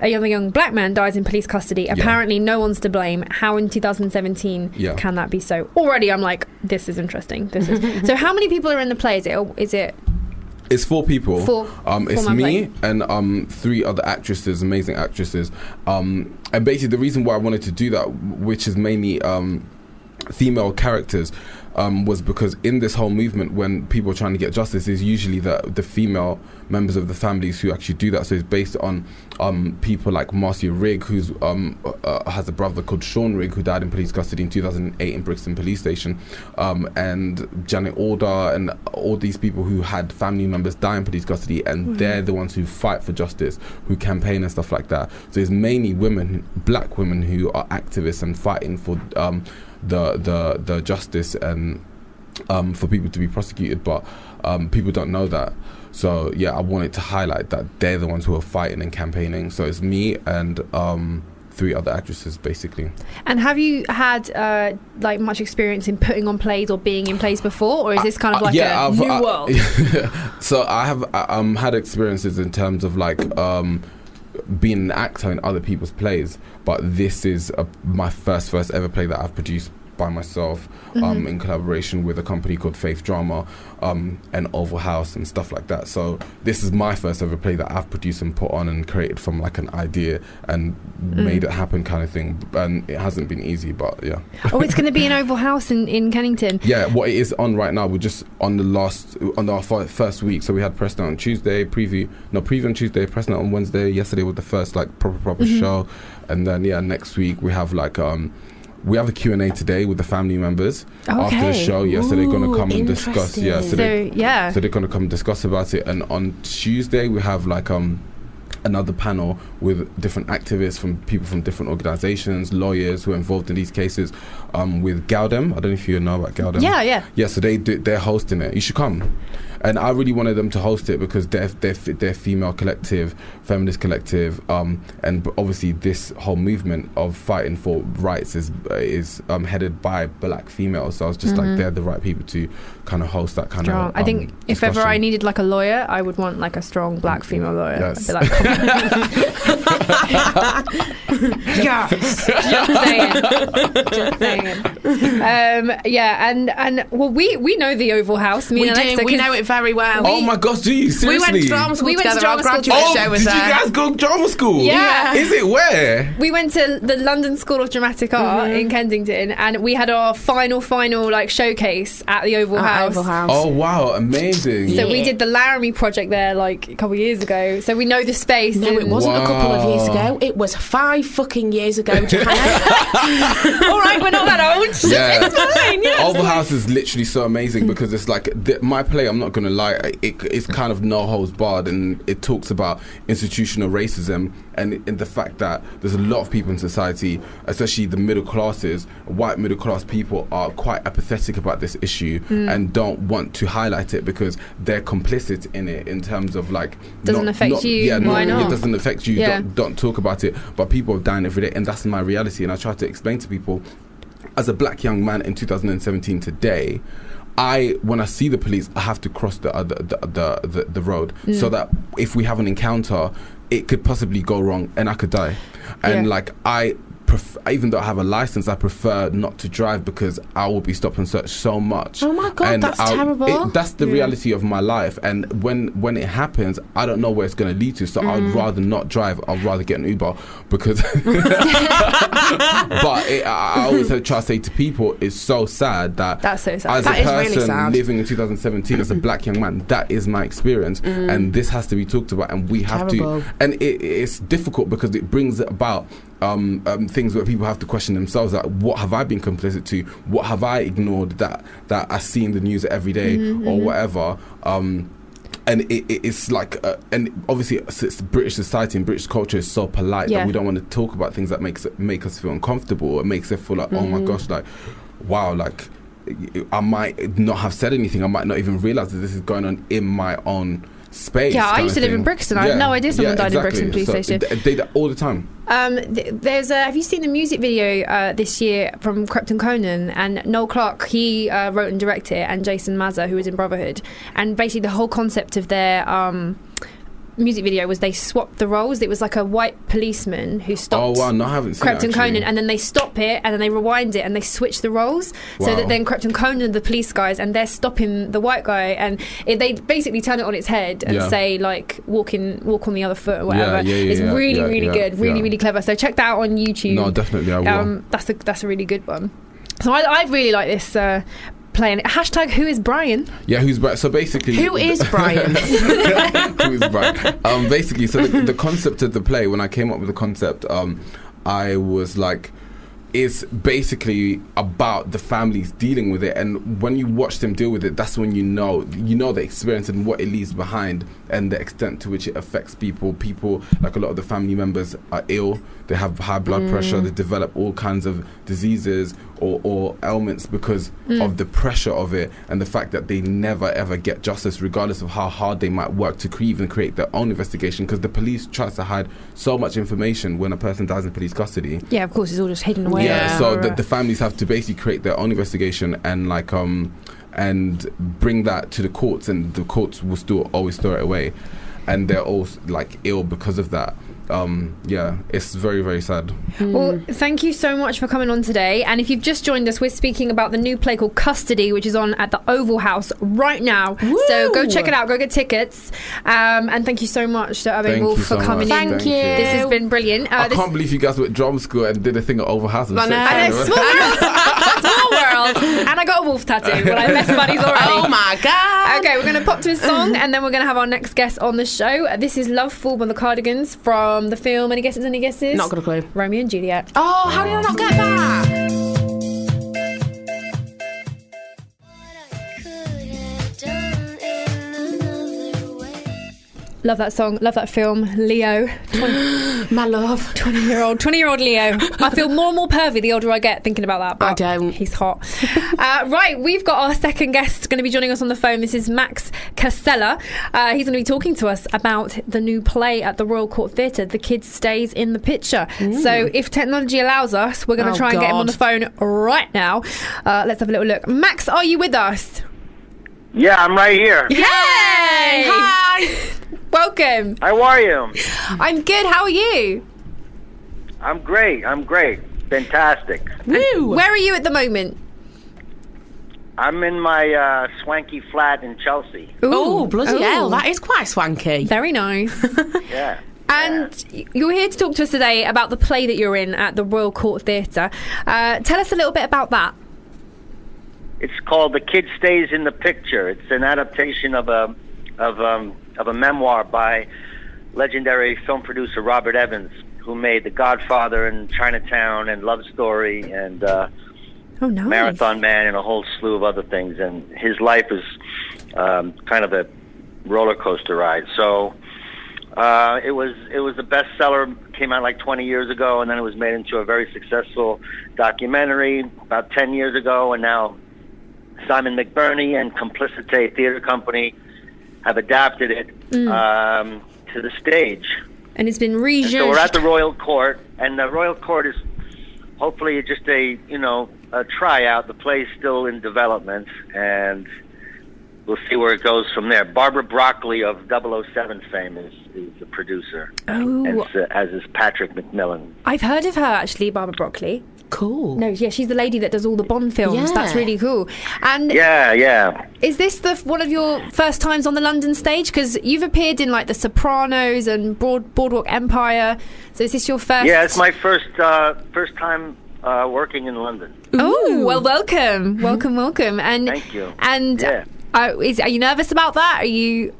Another young black man dies in police custody. Apparently, no one's to blame. How in 2017
Yeah.
can that be so? Already, I'm like, this is interesting. This is so. How many people are in the play? Is it? Is it?
It's four people.
Four-
Um, it's
four-man
me
play.
and um, three other actresses, amazing actresses. Um, and basically, the reason why I wanted to do that, which is mainly. Um, female characters um, was because in this whole movement, when people are trying to get justice, is usually the the female members of the families who actually do that. So it's based on um, people like Marcia Rigg, who's um, uh, has a brother called Sean Rigg, who died in police custody in 2008 in Brixton Police Station, um, and Janet Alder, and all these people who had family members die in police custody, and they're the ones who fight for justice, who campaign and stuff like that. So it's mainly women, black women, who are activists and fighting for. Um, the the the justice and um, for people to be prosecuted, but um, people don't know that. So yeah, I wanted to highlight that they're the ones who are fighting and campaigning. So it's me and um, three other actresses basically.
And have you had uh, like much experience in putting on plays or being in plays before, or is this kind of
Uh,
like
yeah,
a
I've-
new
I-
world?
so I have I, um had experiences in terms of like um being an actor in other people's plays, but this is a, my first first ever play that I've produced by myself
Mm-hmm.
um, in collaboration with a company called Faith Drama um, and Oval House and stuff like that. So this is my first ever play that I've produced and put on and created from like an idea and
Mm.
made it happen kind of thing. And it hasn't been easy, but yeah.
oh, it's going to be an Oval House in, in Kennington.
Yeah, what it is on right now, we're just on the last, on our fi- first week. So we had press night on Tuesday, preview, no, preview on Tuesday, press night on Wednesday. Yesterday was the first, like, proper, proper
Mm-hmm.
show. And then, yeah, next week we have, like, um, we have a Q&A today with the family members after the
Okay.
show. Yeah, so they're going to
Ooh,
come and discuss. Yeah, so,
So,
they,
yeah.
so they're going to come and discuss about it. And on Tuesday we have, like, um, another panel with different activists from people from different organizations, lawyers who are involved in these cases um, with Gaudem. I don't know if you know about Gaudem.
yeah, yeah.
Yeah, so they do, they're hosting it. You should come. And I really wanted them to host it because they're they're, they're female collective, feminist collective, um, and b- obviously this whole movement of fighting for rights is is um, headed by black females. So I was just like they're the right people to kind of host that kind
Strong.
of.
Mm-hmm. I think
um,
if ever I
discussion.
needed like a lawyer, I would want like a strong black female lawyer.
Mm, Yes.
I'd be like, yes, just saying, just saying. Um, yeah, and and well, we we know the Oval House. Me
We
and Alexa,
do. We
'cause
know it very well.
oh my gosh, do you
we
seriously?
went to drama school
We went to
together.
drama
Our
school
graduate
Oh,
show
did
was
you
there.
guys go drama school?
Yeah.
Is it where?
we went to the London School of Dramatic Art
Mm-hmm.
in Kensington, and we had our final final like showcase at the Oval
Our
House.
Oval House.
Oh wow, amazing!
So we did the Laramie project there like a couple of years ago. So we know the space.
No,
and-
it wasn't a couple of years
Wow.
ago. It was five fucking years ago. Johanna.
All right, we're not that old.
Yeah.
It's fine. Yeah.
Oval House is literally so amazing because it's like th- my play. I'm not gonna lie, it, it's kind of no holds barred, and it talks about institutional racism and, and the fact that there's a lot of people in society, especially the middle classes, white middle class people, are quite apathetic about this issue
Hmm.
and don't want to highlight it because they're complicit in it in terms of like
Doesn't affect you,
Yeah,
why
It
not?
doesn't affect you.
Yeah.
Don't, don't talk about it. But people are dying every day, and that's my reality. And I try to explain to people as a black young man in 2017 today I, when I see the police, I have to cross the uh, the, the, the, the the road
Mm.
so that if we have an encounter, it could possibly go wrong and I could die. And
Yeah.
like I, pref- even though I have a license, I prefer not to drive because I will be stopped and searched so much.
Oh my God, that's terrible.
it- that's the reality of my life. And when when it happens, I don't know where it's going to lead to. So
Mm.
I'd rather not drive. I'd rather get an Uber because but it, I I always try to say to people, it's so sad that
That's so sad.
As
That
a
is really
person
sad.
living in 2017 as a black young man, that is my experience, and this has to be talked about, and we have
Mm. Terrible.
to. And it, it's difficult because it brings about. Um, um, things where people have to question themselves like what have I been complicit to what have I ignored that that I see in the news every day
Mm-hmm,
or whatever um, and it, it- it's like uh, and obviously it's, it's British society and British culture is so polite
Yeah.
that we don't want to talk about things that makes make us feel uncomfortable. It makes us feel like oh my
Mm.
gosh, like wow, like I might not have said anything. I might not even realize that this is going on in my own space.
Yeah, I
kind
used
of
to live in
thing.
Brixton. I had no idea someone died in Brixton police
So
station.
They, they do that all the time.
Um, th- there's a. Have you seen the music video uh, this year from Krypton Conan and Noel Clark? He uh, wrote and directed, it, and Jason Mazza, who was in Brotherhood, and basically the whole concept of their. Um, Music video was they swapped the roles. It was like a white policeman who stopped
Oh wow, no, I haven't seen
Krypton
it, actually.
Conan, and then they stop it, and then they rewind it, and they switch the roles so
Wow.
that then Krypton Conan, the police guys, and they're stopping the white guy, and it, they basically turn it on its head and
Yeah.
say like walk in, walk on the other foot or whatever.
yeah, yeah,
it's
yeah,
really,
yeah,
really
yeah,
good, really,
yeah.
really clever. So check that out on YouTube.
No, definitely I will.
Um, that's a that's a really good one. So I, I really like this uh, playing. Hashtag Who is Brian?
Yeah, who's Brian? So basically,
Who is Brian?
who is Brian? Um, basically, so the, the concept of the play. When I came up with the concept, um, I was like, is basically about the families dealing with it. And when you watch them deal with it, that's when you know you know the experience and what it leaves behind, and the extent to which it affects people. People like a lot of the family members are ill. They have high blood pressure.
Mm.
They develop all kinds of diseases or, or ailments because of the pressure of it and the fact that they never ever get justice, regardless of how hard they might work to cre- even create their own investigation. Because the police tries to hide so much information when a person dies in police custody.
Yeah, of course, it's all just hidden away.
Yeah.
Yeah.
So the, the families have to basically create their own investigation and like um and bring that to the courts, and the courts will still always throw it away, and they're all s- like ill because of that. Um, yeah, it's very very sad.
Well, thank you so much for coming on today. And if you've just joined us, we're speaking about the new play called Custody, which is on at the Oval House right now. So go check it out, go get tickets. Um, and thank you so much to Owen
Thank
Wolf
you
for
so
coming
much.
in.
Thank Thank you. you.
This has been brilliant. Uh,
I
this-
can't believe you guys were at drum school and did a thing at Oval House. I'm
I know.
I know,
excited.
small world. small world. And I got a wolf tattoo, but I messed buddies already.
Oh my god!
Okay, we're going to pop to a song and then we're going to have our next guest on the show. Uh, This is Love Fool by the Cardigans from the film. Any guesses? Any guesses?
Not got a clue.
Romeo and Juliet.
Oh, how did I not get that?
Love that song. Love that film. Leo.
My love.
20 year old. 20 year old Leo. I feel more and more pervy the older I get thinking about that. But
I don't.
He's hot. uh, right, we've got our second guest going to be joining us on the phone. This is Max Casella. Uh, he's going to be talking to us about the new play at the Royal Court Theatre, The Kid Stays in the Picture. So if technology allows us, we're going to
Oh,
try and get him on the phone right now. Uh, let's have a little look. Max, are you with us?
Yeah, I'm right here.
Yay! Hi! Welcome.
How are you?
I'm good. How are you?
I'm great. I'm great. Fantastic.
Woo!
Where are you at the moment?
I'm in my uh, swanky flat in Chelsea.
Oh, bloody
Ooh.
hell, that is quite swanky.
Very nice.
Yeah.
And you're here to talk to us today about the play that you're in at the Royal Court Theatre. Uh, tell us a little bit about that.
It's called The Kid Stays in the Picture. It's an adaptation of a of um, of a memoir by legendary film producer Robert Evans, who made The Godfather and Chinatown and Love Story and uh,
Oh, nice.
Marathon Man and a whole slew of other things. And his life is um, kind of a roller coaster ride. So uh, it was it was a bestseller. Came out like 20 years ago, and then it was made into a very successful documentary about 10 years ago. And now Simon McBurney and Complicite Theater Company have adapted it um, to the stage.
And it's been
And So we're at
rejudged.
the royal court, and the royal court is hopefully just a you know a tryout. The play's still in development, and we'll see where it goes from there. Barbara Broccoli of 007 fame is, is the producer, and
oh,
s- as is Patrick McMillan.
I've heard of her actually, Barbara Broccoli.
Cool.
No, yeah, she's the lady that does all the Bond films.
Yeah.
That's really cool. And
Yeah, yeah.
is this the one of your first times on the London stage? Because you've appeared in like The Sopranos and Broad, Boardwalk Empire. So is this your first?
Yeah, it's my first uh, first time uh, working in London.
Oh, well, welcome,
Mm-hmm.
welcome, welcome, and
Thank you.
And
Yeah.
uh, is, are you nervous about that? Are you?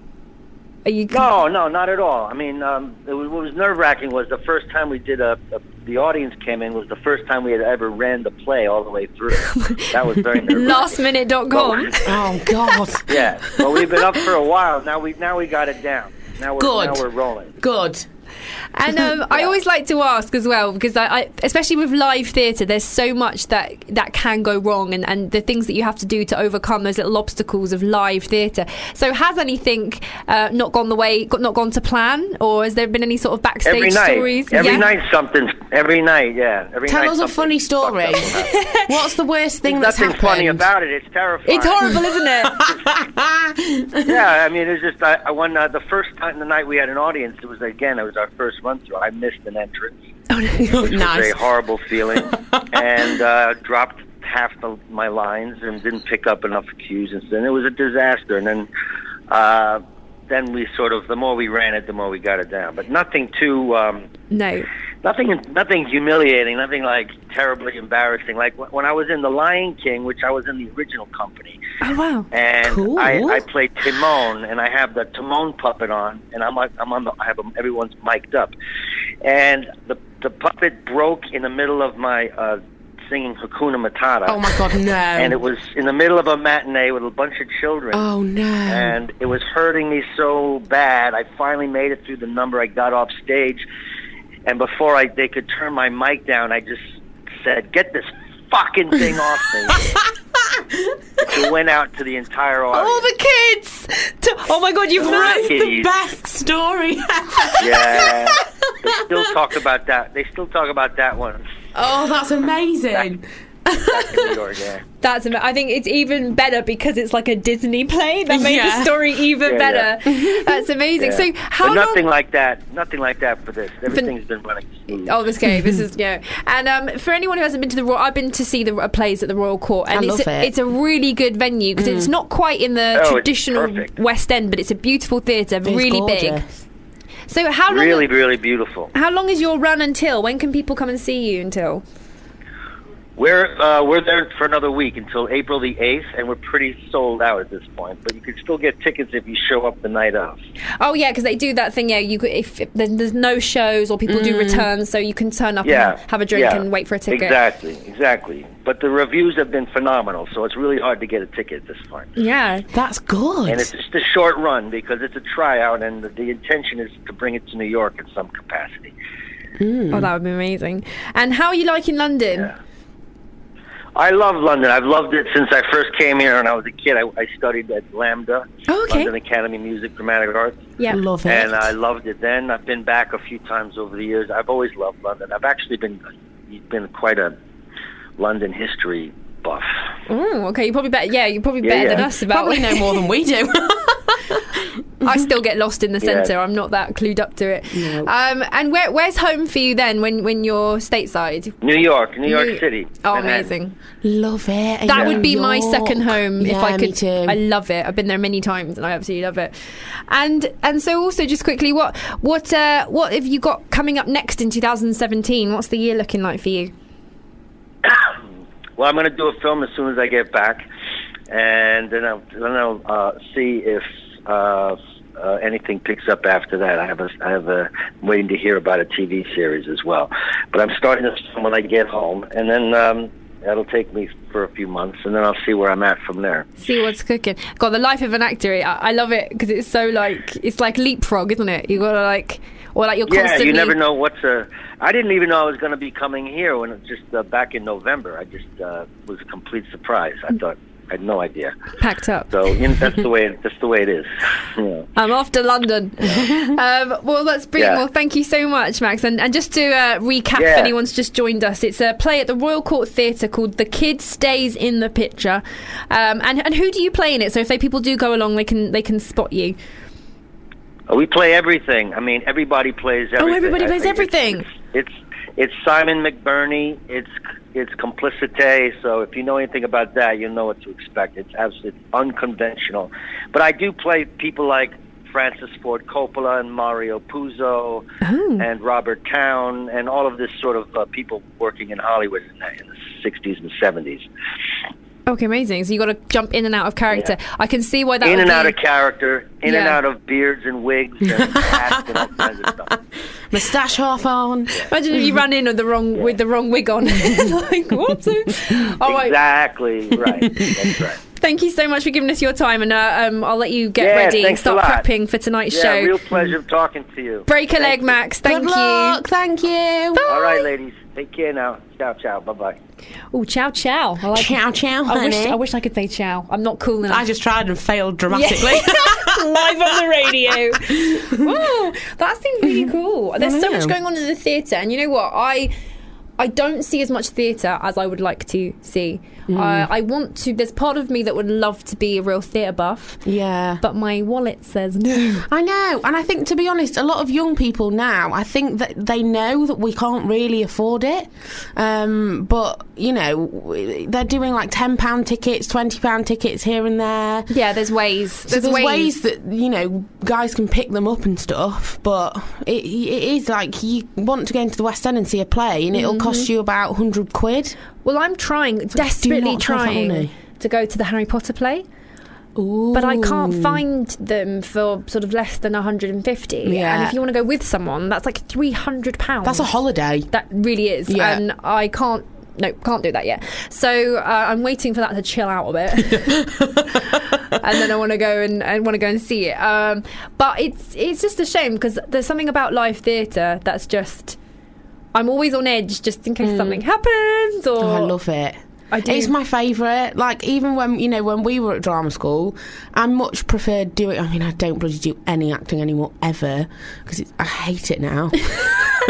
Are you?
No, no, not at all. I mean, um, it was, what was nerve wracking was the first time we did a, a. The audience came in was the first time we had ever ran the play all the way through. that was very nerve
Lastminute.com.
Oh, God.
Yeah, but we've been up for a while. Now we now we got it down. Now we're
Good.
now we're rolling.
Good.
and um, I always like to ask as well because I, I especially with live theatre, there's so much that that can go wrong, and, and the things that you have to do to overcome those little obstacles of live theatre. So has anything uh, not gone the way, got not gone to plan, or has there been any sort of backstage
Every night,
stories?
every
Yeah.
night something. Every night, yeah. Every
Tell
night
us a
something
funny story.
fucked up will happen.
What's the worst thing that's
Nothing
happened?
funny about it. It's terrifying.
It's horrible, isn't it?
Yeah, I mean, it's just I, I one uh, the first time the night we had an audience. It was again, it was our first run through. I missed an entrance. which was
nice.
a horrible feeling, and uh, dropped half the, my lines and didn't pick up enough cues, and then it was a disaster. And then, uh, then we sort of the more we ran it, the more we got it down. But nothing too um,
no.
nothing nothing humiliating, nothing like terribly embarrassing. Like wh- when I was in The Lion King, which I was in the original company,
Oh wow.
and
Cool.
I, I play Timon, and I have the Timon puppet on, and I'm like, I'm on the, I have 'em- everyone's mic'd up, and the the puppet broke in the middle of my uh, singing Hakuna Matata.
Oh my god, no.
And it was in the middle of a matinee with a bunch of children.
Oh, no.
And it was hurting me so bad. I finally made it through the number. I got off stage, and before I they could turn my mic down, I just said, "Get this fucking thing off me!" it went out to the entire audience.
All the kids.
Oh my god, you've
That's the
Jeez.
best story.
yeah, they still talk about that. They still talk about that one.
oh, that's amazing.
in New York, yeah.
That's. ama- I think it's even better because it's like a Disney play that made
Yeah.
the story even
Yeah,
better. That's amazing.
yeah.
So how
but nothing
long?
like that. Nothing like that for this. Everything's been running. smooth.
Oh, this game. This is yeah. And um, for anyone who hasn't been to the Royal, I've been to see the uh, plays at the Royal Court, and
I
it's
love
a,
it. Mm.
it's a really good venue because it's not quite in the
Oh, it's
traditional
perfect.
West End, but it's a beautiful theatre, really big. So how long?
Really, really beautiful.
How long is your run until? When can people come and see you until?
We're uh, we're there for another week until April the eighth, and we're pretty sold out at this point. But you can still get tickets if you show up the night of.
Oh yeah, because they do that thing. Yeah, you could, if, if then there's no shows or people do returns, so you can turn up
Mm. Yeah,
and have a drink
yeah.
and wait for a ticket.
Exactly, exactly. But the reviews have been phenomenal, so it's really hard to get a ticket at this point.
Yeah.
That's good.
And it's just a short run because it's a tryout, and the, the intention is to bring it to New York in some capacity.
Hmm.
Oh, that would be amazing. And how are you liking London?
I love London. I've loved it since I first came here when I was a kid. I, I studied at Lambda,
Oh, okay.
London Academy of Music Dramatic Arts.
Yeah.
Love it.
and I loved it then. I've been back a few times over the years. I've always loved London. I've actually been been quite a London history buff.
Ooh, okay, you probably better. Yeah, you're probably better
yeah.
than us about.
Probably know more than we do.
I still get lost in the
Yeah.
centre. I'm not that clued up to it. Um, and where, where's home for you then? When when you're stateside?
New York, New York
New-
City.
Oh,
Manhattan.
amazing.
love it.
That
Yeah.
would be my
York.
second home
yeah,
if I could.
Me too.
I love it. I've been there many times and I absolutely love it. And and so also just quickly, what what uh, what have you got coming up next in 2017? What's the year looking like for you?
Well, I'm going to do a film as soon as I get back, and then I'll, then I'll uh, see if uh, uh, anything picks up after that. I have a, I have a I'm waiting to hear about a TV series as well, but I'm starting this film when I get home, and then um, that'll take me for a few months, and then I'll see where I'm at from there.
See what's cooking. God, the life of an actor. I, I love it because it's so like it's like leapfrog, isn't it? You gotta like or like you're
Yeah,
constantly.
you never know what's a. I didn't even know I was going to be coming here when it just uh, back in November. I just uh, was a complete surprise. I thought I had no idea.
packed up.
So you know, that's the way it, that's the way it is. Yeah.
I'm off to London. um, well, that's brilliant.
Yeah.
Well, thank you so much, Max. And, and just to uh, recap,
Yeah.
if anyone's just joined us, it's a play at the Royal Court Theatre called "The Kid Stays in the Picture." Um, and and who do you play in it? So if they, people do go along, they can they can spot you.
Uh, We play everything. I mean, everybody plays everything.
Oh, everybody
I
plays
think it's-
everything.
It's, it's it's Simon McBurney. It's it's complicite. So if you know anything about that, you'll know what to expect. It's absolutely unconventional. But I do play people like Francis Ford Coppola and Mario Puzo
Oh.
and Robert Town and all of this sort of uh, people working in Hollywood in the, in the 60s and 70s.
Okay, amazing. So you got to jump in and out of character. I can see why that
in
would
and
be-
out of character, in and
Yeah.
out of beards and wigs and hats and all kinds of stuff.
Moustache half on.
Imagine if you ran in with the wrong with the wrong wig on. like, whoops. All right.
Exactly right. That's right.
Thank you so much for giving us your time, and uh, um, I'll let you get
Yeah,
ready and
thanks a
start
lot.
prepping for tonight's
Yeah,
show.
real pleasure talking to you.
Break a
Thank
leg,
you.
Max. Thank
Good
you.
luck. Thank you.
All right, ladies. Take care now. Ciao, ciao. Bye bye.
Oh, ciao, ciao. I like
Chow chow,
I wish,
honey.
I wish I could say ciao. I'm not cool enough.
I just tried and failed dramatically.
Live on the radio. wow, that seems really cool. There's so
know.
much going on in the theatre, and you know what? I. I don't see as much theatre as I would like to see.
Mm.
Uh, I want to. There's part of me that would love to be a real theatre buff,
Yeah.
but my wallet says no.
I know, and I think to be honest, a lot of young people now, I think that they know that we can't really afford it. Um, but you know, w- they're doing like ten pound tickets, twenty pound tickets here and there.
Yeah, there's ways.
So there's ways. that you know guys can pick them up and stuff, but it, it is like you want to go into the West End and see a play, and it'll cost you about hundred quid.
Mm-hmm. Well, I'm trying, desperately
not have that
trying
money.
to go to the Harry Potter play. But I can't find them for sort of less than 150. And
Yeah.
if you want to go with someone, that's like 300 pounds.
That's a holiday.
That really is.
Yeah.
And I can't. No, can't do that yet. So uh, I'm waiting for that to chill out a bit, and then I want to go and I want to go and see it. Um, but it's it's just a shame because there's something about live theatre that's just I'm always on edge just in case something happens or
Mm. Oh, I love it.
I do.
It's my favourite. Like even when you know when we were at drama school, I much preferred doing. I mean, I don't bloody do any acting anymore ever because I hate it now.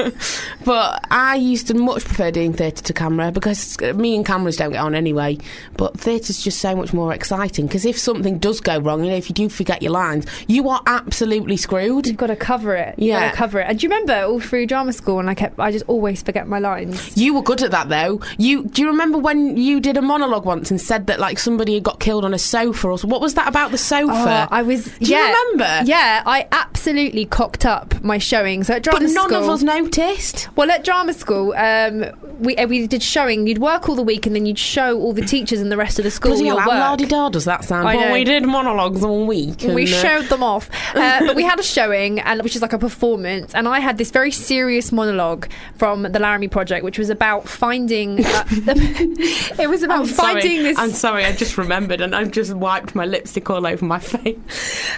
but I used to much prefer doing theatre to camera because me and cameras don't get on anyway. But theatre's just so much more exciting because if something does go wrong, you know, if you do forget your lines, you are absolutely screwed.
You've got to cover it. You've
Yeah.
got to cover it. And do you remember all through drama school and I kept I just always forget my lines.
You were good at that though. You do you remember when you did a monologue once and said that like somebody had got killed on a sofa or so- what was that about the sofa?
Oh, I was
Do you
yeah,
remember?
Yeah, I absolutely cocked up my showing. So at drama
But none
school
of us noticed.
Well, at drama school, um, we uh, we did showing. You'd work all the week and then you'd show all the teachers and the rest of the school
Bloody
your
hell, how
work.
la-di-da does that sound?
I
Well,
know.
we did monologues all week.
we
and, uh,
showed them off. Uh, but we had a showing, and which is like a performance. And I had this very serious monologue from the Laramie Project, which was about finding. Uh, it was about
I'm sorry.
finding this.
I'm sorry, I just remembered and I've just wiped my lipstick all over my face.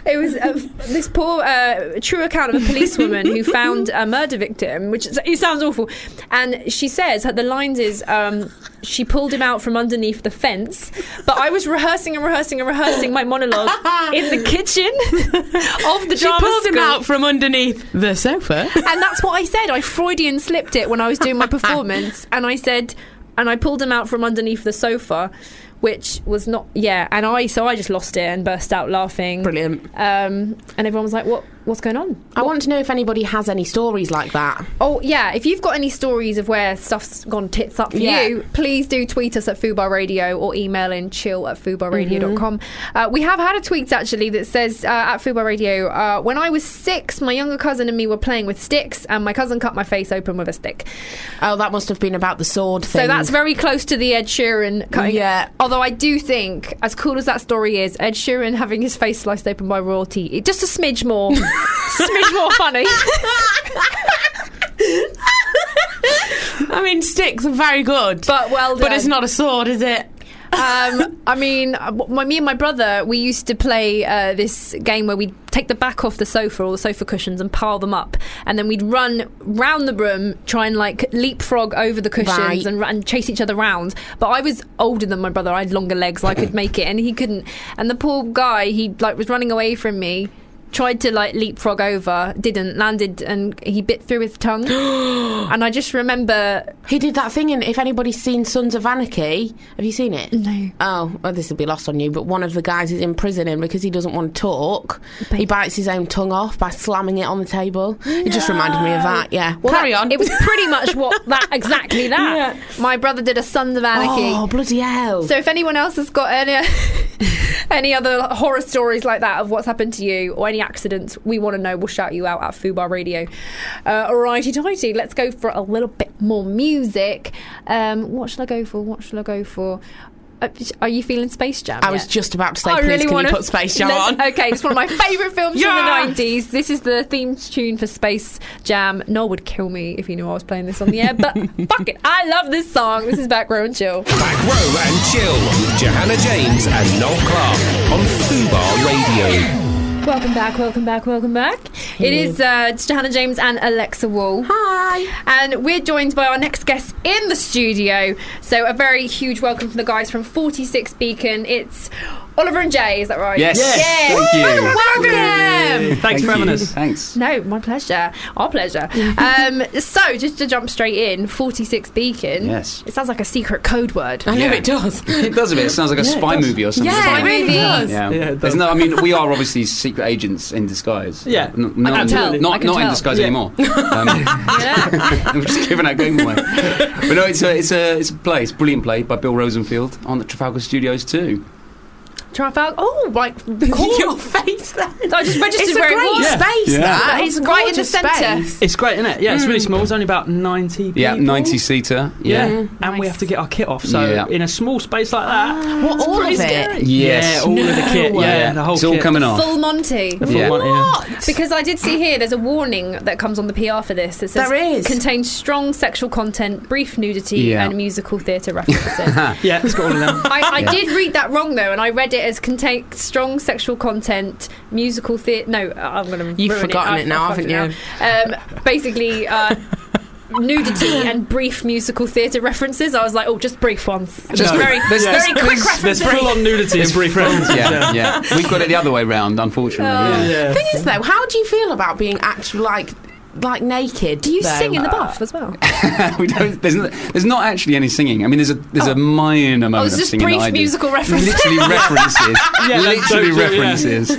It was uh, this poor uh, true account of a policewoman who found a murder victim, which is, it sounds awful. And she says that the lines is um, she pulled him out from underneath the fence. But I was rehearsing and rehearsing and rehearsing my monologue in the kitchen of the
She
drama
pulled him
school.
out from underneath the sofa.
And that's what I said. I Freudian slipped it when I was doing my performance, and I said, and I pulled him out from underneath the sofa. Which was not, yeah, and I so I just lost it and burst out laughing.
Brilliant.
Um, and everyone was like, "What? What's going on?"
I want to know if anybody has any stories like that.
Oh yeah, if you've got any stories of where stuff's gone tits up for
Yeah.
you, please do tweet us at Fubar Radio or email in chill at fubarradio.com.
Mm-hmm.
Uh, we have had a tweet actually that says uh, at Fubar Radio, uh, when I was six, my younger cousin and me were playing with sticks, and my cousin cut my face open with a stick.
Oh, that must have been about the sword thing.
So that's very close to the Ed Sheeran cutting.
Yeah.
Although I do think, as cool as that story is, Ed Sheeran having his face sliced open by royalty, it, just a smidge more, smidge more funny.
I mean, sticks are very good.
But well
But
done.
it's not a sword, is it?
um, I mean, uh, w- my, me and my brother, we used to play uh, this game where we'd take the back off the sofa or the sofa cushions and pile them up, and then we'd run round the room, try and like leapfrog over the cushions
Right.
and, ru- and chase each other round. But I was older than my brother; I had longer legs, so I could make it, and he couldn't. And the poor guy, he like was running away from me. Tried to like leapfrog over, didn't, landed, and he bit through his tongue. and I just remember
He did that thing, and if anybody's seen Sons of Anarchy, have you seen it?
No.
Oh, well, this will be lost on you. But one of the guys is in prison, and because he doesn't want to talk, he bites his own tongue off by slamming it on the table. It just reminded me of that. Yeah,
Well,
carry
that-
on.
It was pretty much what that exactly that. My brother did a Sons of Anarchy.
oh bloody hell!
So if anyone else has got any any other horror stories like that of what's happened to you or any accidents, we want to know. We'll shout you out at Fubar Radio. Uh, alrighty tighty, let's go for a little bit more music. Um, what shall I go for? What shall I go for? Uh, Are you feeling Space Jam?
I was
yet?
just about to say,
I
please
really
can
want
you
to
put Space Jam on?
Okay, it's one of my favourite films
Yeah.
from the 90s. This is the theme tune for Space Jam. Noel would kill me if he knew I was playing this on the air, but fuck it. I love this song. This is Back Row and Chill.
Back Row and Chill with Johanna James and Noel Clark on Fubar Radio.
Welcome back, welcome back, welcome back. It is uh, it's Johanna James and Alexa Wall.
Hi.
And we're joined by our next guest in the studio. So, a very huge welcome from the guys from 46 Beacon. It's Oliver and Jay, is that right?
Yes. Yes. Thank you.
Welcome.
Thanks for having us.
Thanks.
No, my pleasure. Our pleasure. um, so, just to jump straight in, 46 Beacon.
Yes.
It sounds like a secret code word.
I know
Yeah.
it does.
It does a bit. It sounds like a spy movie or something.
Yeah,
doesn't
it really does.
Yeah.
Yeah, it does.
There's no, I mean, we are obviously secret agents in disguise.
Yeah.
N-
I
not
can tell.
I
not,
can
not in
tell.
disguise anymore. Um,
Yeah.
I'm just giving that game away. But no, it's a, it's a, it's a play. It's a brilliant play by Bill Rosenfield on the Trafalgar Studios too.
Trafalgar. Oh, like, cool.
Your face there.
I just registered
It's a
where it
great
was.
Yeah.
space,
Yeah.
that.
Ah, It's right in the
gorgeous
centre.
space.
It's great, isn't it? Yeah, it's really
Mm.
small. It's only about 90 people.
Yeah, 90 seater.
Yeah.
Yeah.
And we
Mm-hmm. Nice. Ah.
have to get our kit off. So,
Yeah.
in a small space like that.
What, all of it?
Yeah,
Yes.
all of the kit. Yeah, the whole
it's all
kit.
coming off.
Full Monty.
The full
Yeah.
one, yeah.
Because I did see here, there's a warning that comes on the PR for this. It says,
There is.
contains strong sexual content, brief nudity,
Yeah.
and musical theatre references.
Yeah, it's got all of them.
I, I did read that wrong though, and I read it as contain strong sexual content, musical theatre. No, I'm gonna.
You've
ruin
forgotten
it,
it now,
I've- I've
haven't
fucked it now. Um, basically. Uh, Nudity and brief musical theatre references. I was like, oh, just brief ones. Just
No.
very,
There's-
very
there's-
quick
there's-
There's
references.
full on nudity and brief references.
yeah, yeah. We've got it the other way round, unfortunately.
Oh,
yeah.
Yeah.
Thing is, though, how do you feel about being actual, like, like naked?
Do you
though?
sing in the bath as well?
we don't. There's not, there's not actually any singing. I mean, there's a there's a minor moment
Oh. it's
of
just
singing.
brief
that I do.
musical references.
Literally references.
Yeah, that's
literally
so true, yeah.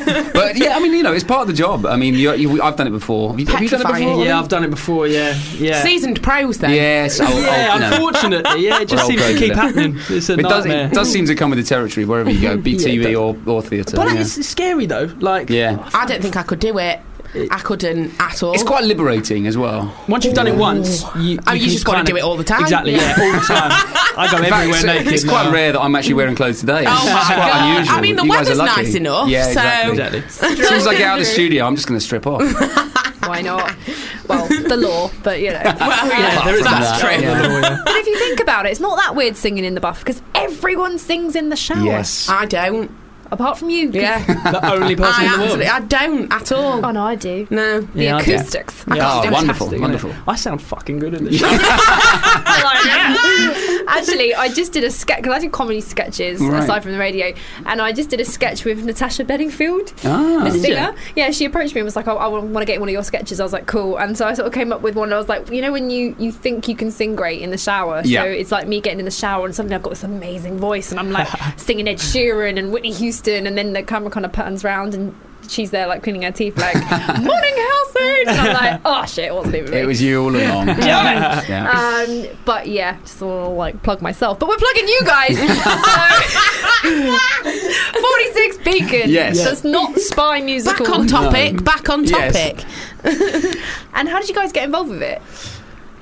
references. But yeah, I mean, you know, it's part of the job. I mean, you, you, I've done it before. Have you, have you done it
Petrifying.
before?
Yeah, I've done it before. Yeah, yeah.
Seasoned pros, then.
Yes. I'll,
yeah,
I'll, you know.
unfortunately, yeah, it just
Well,
seems to
I'll go
keep
with it.
happening. It's a
It does,
nightmare.
it does seem to come with the territory wherever you go, be
Yeah, it
TV
does.
or, or theatre.
but
yeah.
it's it's scary though. Like,
Yeah.
I don't think I could do it. I couldn't at all.
It's quite liberating as well.
once you've done it once, you,
Oh,
can
you just wanna
kinda-
do it all the time.
Exactly, yeah, all the time. I go
In fact,
everywhere
it's,
naked.
it's quite
now.
rare that I'm actually wearing clothes today.
Oh
It's quite
my God.
unusual.
I mean, the
You guys are
weather's
lucky.
nice enough,
Yeah, exactly.
Exactly.
As soon as I get out of the studio, I'm just going to strip off.
Why not? Well, the law, but you know.
Yeah, there is that.
That's true.
Yeah.
But if you think about it, it's not that weird singing in the bath because everyone sings in the shower.
Yes.
I don't.
Apart from you. 'cause-
Yeah.
the only person
I
in the world.
absolutely. I don't at
Oh,
all.
no, I do.
No.
The
Yeah, I do.
acoustics.
Oh,
it's
wonderful,
fantastic,
wonderful.
isn't it? I sound fucking good in this. show.
Actually, I just did a sketch because I do comedy sketches
Right.
aside from the radio, and I just did a sketch with Natasha Bedingfield,
Ah.
the singer. Yeah, she approached me and was like, "Oh, I want to get in one of your sketches." I was like, "Cool," and so I sort of came up with one. I was like, "You know, when you you think you can sing great in the shower,
Yeah.
so it's like me getting in the shower and suddenly I've got this amazing voice, and I'm like singing Ed Sheeran and Whitney Houston, and then the camera kind of turns round and." She's there, like cleaning her teeth, like morning houses, and I'm like, oh shit, it wasn't even me.
It was you all along. Yeah.
Oh,
Um, but yeah, just want to like plug myself. But we're plugging you guys. So- 46 Beacon.
Yes.
That's not spy musical.
Back on topic. Back on
Yes.
topic.
And how did you guys get involved with it?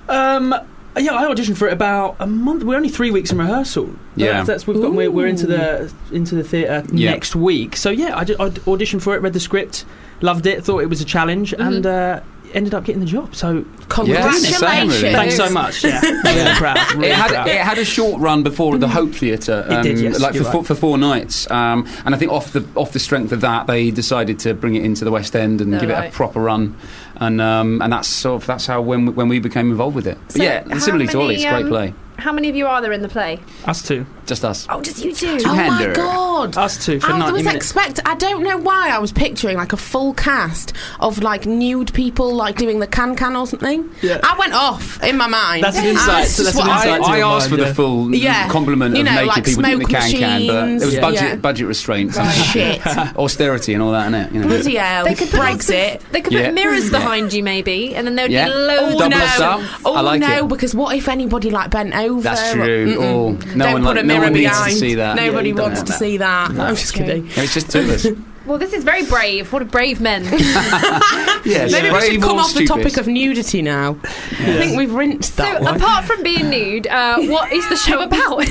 Um, yeah, I auditioned for it about a month. We're only three weeks in rehearsal.
Yeah.
that's, that's- we've got. We're, we're into the into the theatre
Yeah.
next week. So yeah, I, did, I auditioned for it, read the script, loved it, thought it was a challenge,
Mm-hmm.
and uh, ended up getting the job. So
Yes, same, really.
Congratulations.
thanks so much. Yeah, really proud. Really
It had,
proud.
it had a short run before
Mm.
the Hope Theatre, um,
It did, yes,
like for,
you're
four,
right.
for four nights, um, and I think off the off the strength of that, they decided to bring it into the West End and
Oh,
give
right.
it a proper run, and um, and that's sort of that's how when we, when we became involved with it. But
So
yeah,
how
and similarly to Ollie, it's a
many,
great
um,
play,
How many of you are there in the play?
us two,
just us.
Oh, just you two.
Oh my
Hander.
god.
us two for
I
ninety
was
minutes.
expect. I don't know why I was picturing like a full cast of like nude people like doing the can can or something.
Yeah.
I went off in my mind.
That's an
I-
insight,
it's
so
just
that's an
what I-
I,
insight. to
I
your
asked
mind,
for
yeah.
the full
Yeah.
complement
You know,
of naked
like
people doing the
smoke
can can, but
machines.
there was
Yeah.
budget
Yeah.
budget restraints,
Shit.
austerity, and all that, innit? You know.
Bloody hell.
They could put lots of-
Brexit.
They could
Yeah.
put mirrors
Yeah.
behind you, maybe, and then there'd
Yeah.
be loads.
Double
of
us up.
Oh
I like
no,
it.
because what if anybody like bent over?
That's true. Oh, no
Don't
one,
put
like,
a
no
mirror
one needs
behind.
to see that.
Nobody
Yeah, you don't
wants
want
to
that.
see that. I'm just
true.
kidding.
It was just two of us.
Well, this is very brave. What a brave men.
yes,
Ah, Maybe we
brave
should
or
come off
stupid.
the topic of nudity now. I think we've rinsed
so,
that one.
apart from being nude, uh, what is the show about?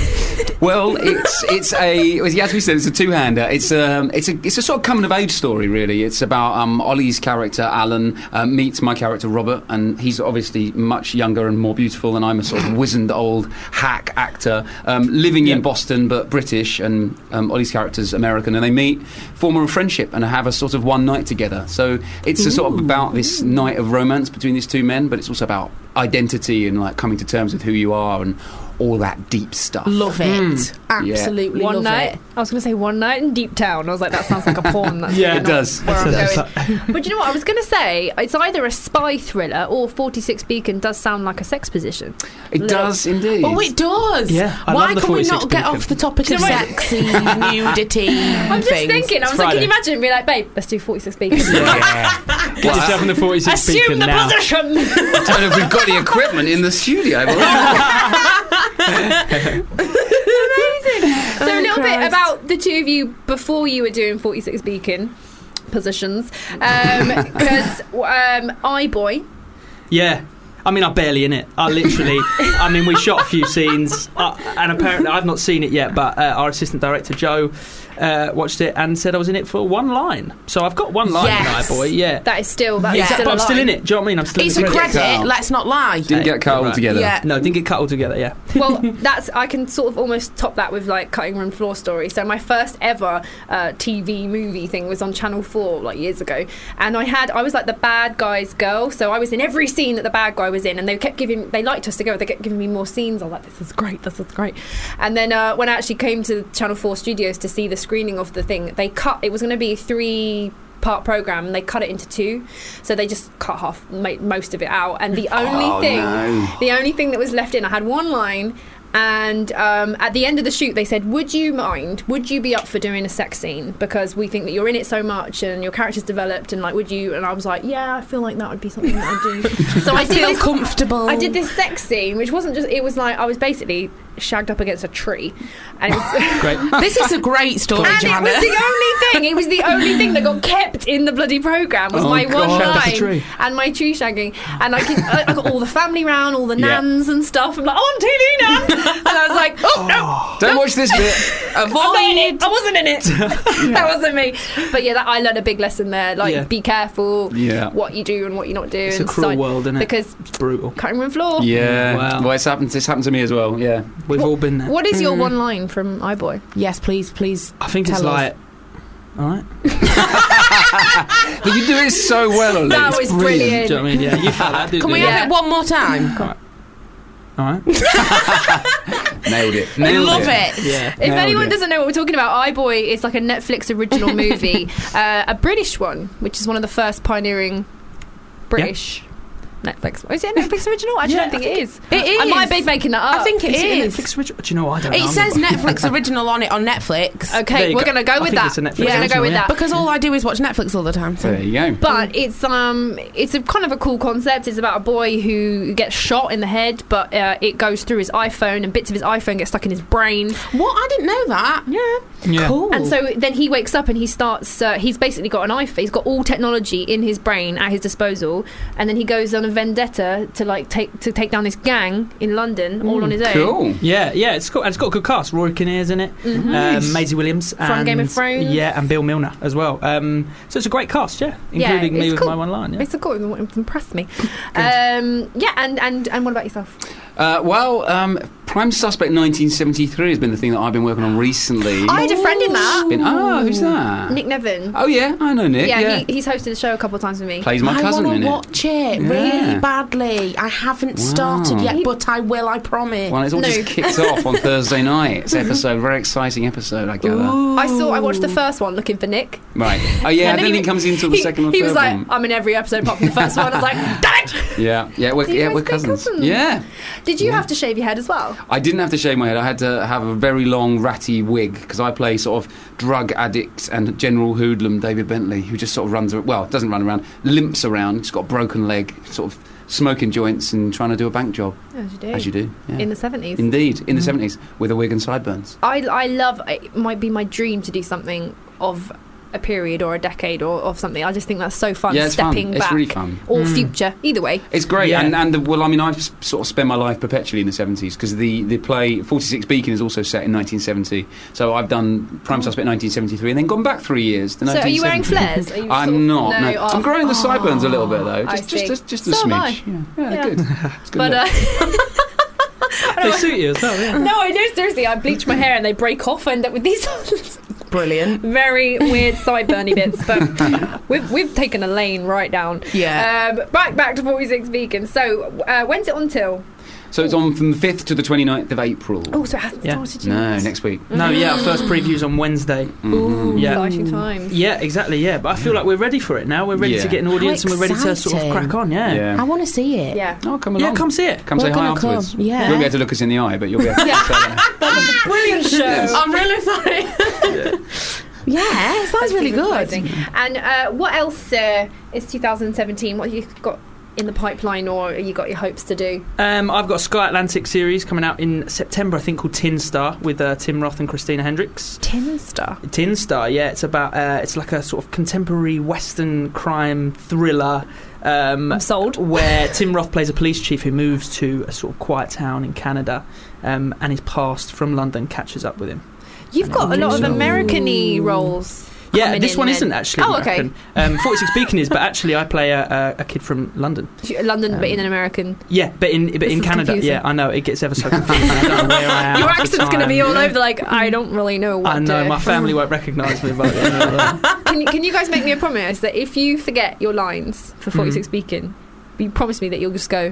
Well, it's it's a as we said, it's a two-hander. It's um it's a it's a sort of coming-of-age story, really. It's about um Ollie's character Alan uh, meets my character Robert, and he's obviously much younger and more beautiful than I'm, a sort of wizened old hack actor um, living in Boston but British, and um, Ollie's character's American, and they meet, form a friendship, and have a sort of one night together. So it's a sort of
Mm.
about this night of romance between these two men, but it's also about identity and like coming to terms with who you are and all that deep stuff.
Love it.
Mm.
Mm.
Absolutely
One
love
night,
it.
I was going to say one night in Deep Town. I was like, that sounds like a porn. That's
Yeah,
really
it
not
does.
Where I'm
That's-
going. but you know what? I was going to say it's either a spy thriller or 46 Beacon does sound like a sex position.
It does indeed.
Oh, it does.
Yeah, I
Why
love the
can we
46
not get
beacon.
off the topic
Do you
of
know what?
sexy nudity?
I'm just
things?
thinking. I was like,
Friday.
can you imagine? Be like, babe, let's do 46 Beacon.
Get yourself in the 46
Assume
beacon
the
now.
position.
I don't know if we've got the equipment in the studio.
so a little bit
Oh, Christ.
about the two of you before you were doing 46 Beacon positions, because um, I boy.
Yeah. I mean, I barely in it. I literally. I mean, we shot a few scenes, uh, and apparently, I've not seen it yet. But uh, our assistant director Joe uh, watched it and said I was in it for one line. So I've got one line
Yes.
in iBoy. Yeah,
That is still that is
Yeah.
still
but I'm
a
still
lie.
in it. Do you know what I mean? I'm still
It's
in
a
the credits.
credit.
Carl.
Let's not lie.
Didn't get Carl
Right.
altogether.
Yeah.
No, didn't get cut altogether. Yeah,
well, that's I can sort of almost top that with like cutting room floor story. So my first ever uh, TV movie thing was on Channel Four like years ago, and I had I was like the bad guy's girl, so I was in every scene that the bad guy was in, and they kept giving they liked us to go, they kept giving me more scenes. I was like, this is great, this is great. And then uh, when I actually came to Channel Four Studios to see the screening of the thing, they cut it was going to be three. Part program and they cut it into two, so they just cut half, made most of it out. And the only
Oh,
thing,
no.
the only thing that was left in, I had one line, and um, at the end of the shoot, they said, "Would you mind? Would you be up for doing a sex scene? Because we think that you're in it so much, and your character's developed, and like, would you?" And I was like, "Yeah, I feel like that would be something that I'd do." so I did
Feel
this-
comfortable.
I did this sex scene, which wasn't just. It was like I was basically shagged up against a tree, and. It was,
great.
This is a great story,
And it
Johanna.
was the only thing. It was the only thing that got kept in the bloody program was
Oh,
my one
God.
Shagged up a
line
tree.
and my tree shagging. And I, can, I, I got all the family round, all the
Yeah.
nans and stuff. I'm like, on TV, nan. And I was like, oh, no,
Don't watch this bit.
I'm not in it. I wasn't in it. that wasn't me. But yeah, that I learned a big lesson there. Like,
Yeah.
be careful.
Yeah.
What you do and what you're not doing.
It's a cruel
So-
world, isn't it?
Because
It's brutal.
cutting room floor.
Yeah.
Wow.
Well, it's happened. It's happened to me as well. Yeah.
We've all been there. Mm.
What is your one line from iBoy?
Mm. yes, please, please.
I think it's
tell us.
like. All right.
But you do it so well, Ollie.
That
It's
was
Do you
brilliant.
know what I mean? Yeah, you felt that.
Can we
Yeah.
have it one more time?
All right.
Nailed it.
I
Nailed
love
it.
it.
Yeah.
If
Nailed
anyone
it.
doesn't know what we're talking about, iBoy is like a Netflix original movie, uh, a British one, which is one of the first pioneering British Netflix. Is it a Netflix original? Actually,
Yeah,
I don't think,
I
it is.
It is.
I might be making that up.
I think it is.
Netflix original. Do you know what? I don't know.
It
I'm
says
not-
Netflix original on it on Netflix.
There
Okay,
you
we're
go.
gonna
I
go with
think
that.
it's a Netflix
we're gonna
original,
go with
yeah.
that.
Because all I do is watch Netflix all the time. So.
There you go.
but it's um it's a kind of a cool concept. It's about a boy who gets shot in the head, but uh, it goes through his iPhone, and bits of his iPhone get stuck in his brain.
What? I didn't know that.
Yeah.
Yeah.
Cool.
And so then he wakes up and he starts. Uh, he's basically got an iPhone. He's got all technology in his brain at his disposal, and then he goes on a vendetta to like take to take down this gang in London, all on his own.
Cool.
Yeah, yeah, it's Mm, cool. And it's got a good cast. Rory Kinnear's in it, um, Maisie Williams from and,
Mm-hmm. Game of Thrones.
Yeah, and Bill Milner as well. Um, so it's a great cast, yeah,
Yeah,
including me
it's
with
cool.
my one line. Yeah.
It's a cool. It impressed me. um, yeah, and, and and what about yourself?
Uh, well, um, Prime Suspect 1973 has been the thing that I've been working on recently.
I had a friend in that,
Been- oh, who's that?
Nick Nevin.
Oh yeah, I know Nick.
yeah,
Yeah,
He, he's hosted the show a couple of times with me.
plays my
I
cousin
want
in
to
it.
watch it
Yeah.
really badly. I haven't started
Wow.
yet, but I will. I promise.
Well, it's all
No. Mm-hmm.
just kicked off on Thursday night. It's episode, very exciting episode, I gather.
I saw. I watched the first one looking for Nick.
Right. Oh yeah,
And
then he comes in until the
he-
second or
He
third
was like,
one.
"I'm in every episode apart from the first one." I was like, "Damn it!"
Yeah, yeah, we're,
Do you
yeah,
guys
we're
play
cousins.
cousins?
Yeah.
Did you have to shave your head as well?
I didn't have to shave my head. I had to have a very long ratty wig because I play sort of drug addict and general hoodlum David Bentley, who just sort of runs, ar- well, doesn't run around, limps around. He's got a broken leg, sort of smoking joints and trying to do a bank job,
As you do. Mm.
as you do. yeah.
In the seventies.
Indeed, in the 70s, with a wig and sideburns.
I, I love it might be my dream to do something of a period or a decade or of something. I just think that's so fun.
Yeah, it's fun.
stepping
It's
back
really fun.
or future. Either way.
It's great,
Yeah.
and, and the, well, I mean, I've s- sort of spent my life perpetually in the 70s because the, the play 46 Beacon is also set in 1970. So I've done Prime Suspect 1973 and then gone back three years. To
So are you wearing
1970.
flares? Are you sort of-
I'm not.
No,
No,
you
I'm
aren't.
growing the sideburns a little bit though,
I
just just
see.
just, just a
So am I.
smidge. Yeah, yeah,
Yeah.
good. It's good
But
look.
uh,
They suit you as well. Yeah.
no, I know seriously. I bleach my hair and they break off. I end up with these
Brilliant.
very weird sideburny bits. But we've we've taken a lane right down.
Yeah.
Um, back back to 46 vegan. So uh, when's it on till?
So it's on from the 5th to the 29th of April.
Oh, so it hasn't
Yeah.
started yet.
No, next week. Mm. Mm-hmm.
No, yeah, our first preview's on Wednesday.
Ooh,
Yeah.
exciting times.
Yeah, exactly. Yeah, but I feel like we're ready for it now. We're ready
Yeah.
to get an audience, and we're ready to sort of
exciting.
crack on. Yeah. yeah.
I want to see it.
Yeah.
Oh, come along.
Yeah, come see it.
Come
We're
say hi
gonna come,
afterwards.
yeah.
You won't be able to look us in the eye, but you'll be able to
Yeah.
say hi.
Brilliant show.
I'm really sorry. yeah, it sounds really good.
Exciting. And uh, what else uh, is 2017? What have you got in the pipeline, or you got your hopes to do?
Um, I've got a Sky Atlantic series coming out in September, I think, called Tin Star with uh, Tim Roth and Christina Hendricks.
Tin Star.
Tin Star, yeah, it's about uh, it's like a sort of contemporary Western crime thriller. Um,
I'm sold.
where Tim Roth plays a police chief who moves to a sort of quiet town in Canada, um, and his past from London catches up with him.
You've got a lot of American-y roles.
Yeah,
coming
this
in
one
then.
isn't actually.
Oh, okay.
American. Um, 46 Beacon is, but actually, I play a, a, a kid from London.
London, but in
Um,
an American.
Yeah, but in but
This
in
is
Canada.
confusing.
Yeah, I know it gets ever so confusing. I don't know where I am
Your
at the
accent's going to
um, time.
be all over. Like, I don't really know what.
I know
to-
my family won't recognise me. By the end of that.
Can you, can you guys make me a promise that if you forget your lines
Mm-hmm.
for 46 Beacon, you promise me that you'll just go,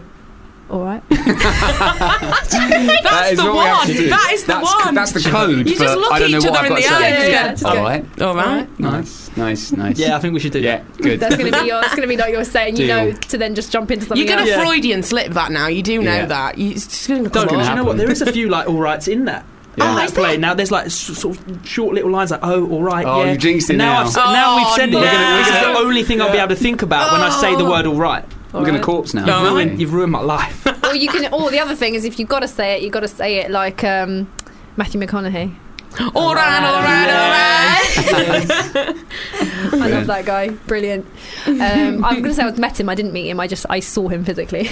all right?
That's
That's the
what we have
one.
to do.
That is the
that's,
one.
That's the code.
You
for,
just look
I don't know
each
what
other in
I've
the
got to
eye.
say.
Yeah, yeah, yeah.
All right.
All right.
Nice. Nice. Nice.
Yeah, I think we should do
Yeah.
that.
Good.
That's going to be your, that's going to be like your saying, you
Deal.
know, to then just jump into something
You're going
else.
to
Yeah.
Freudian slip that now. You do know
Yeah.
that. You, it's just going to
Don't
come
do
on.
you know what? There is a few like all rights in that.
Yeah.
in
Oh,
that
is
play.
there?
Now there's like s- sort of short little lines like oh all right
Oh,
yeah.
you jinxed it
And
now.
I've, s- now we've said
Oh,
it. It's
no.
the only thing I'll be able to think about when I say the word all right.
We're going to corpse now.
You've
aren't we?
ruined, you've ruined my life.
Or you can. Or the other thing is, if you've got to say it, you've got to say it like um, Matthew McConaughey.
All right, all right,
I love that guy. Brilliant. Um, I'm going to say I was met him. I didn't meet him. I just I saw him physically.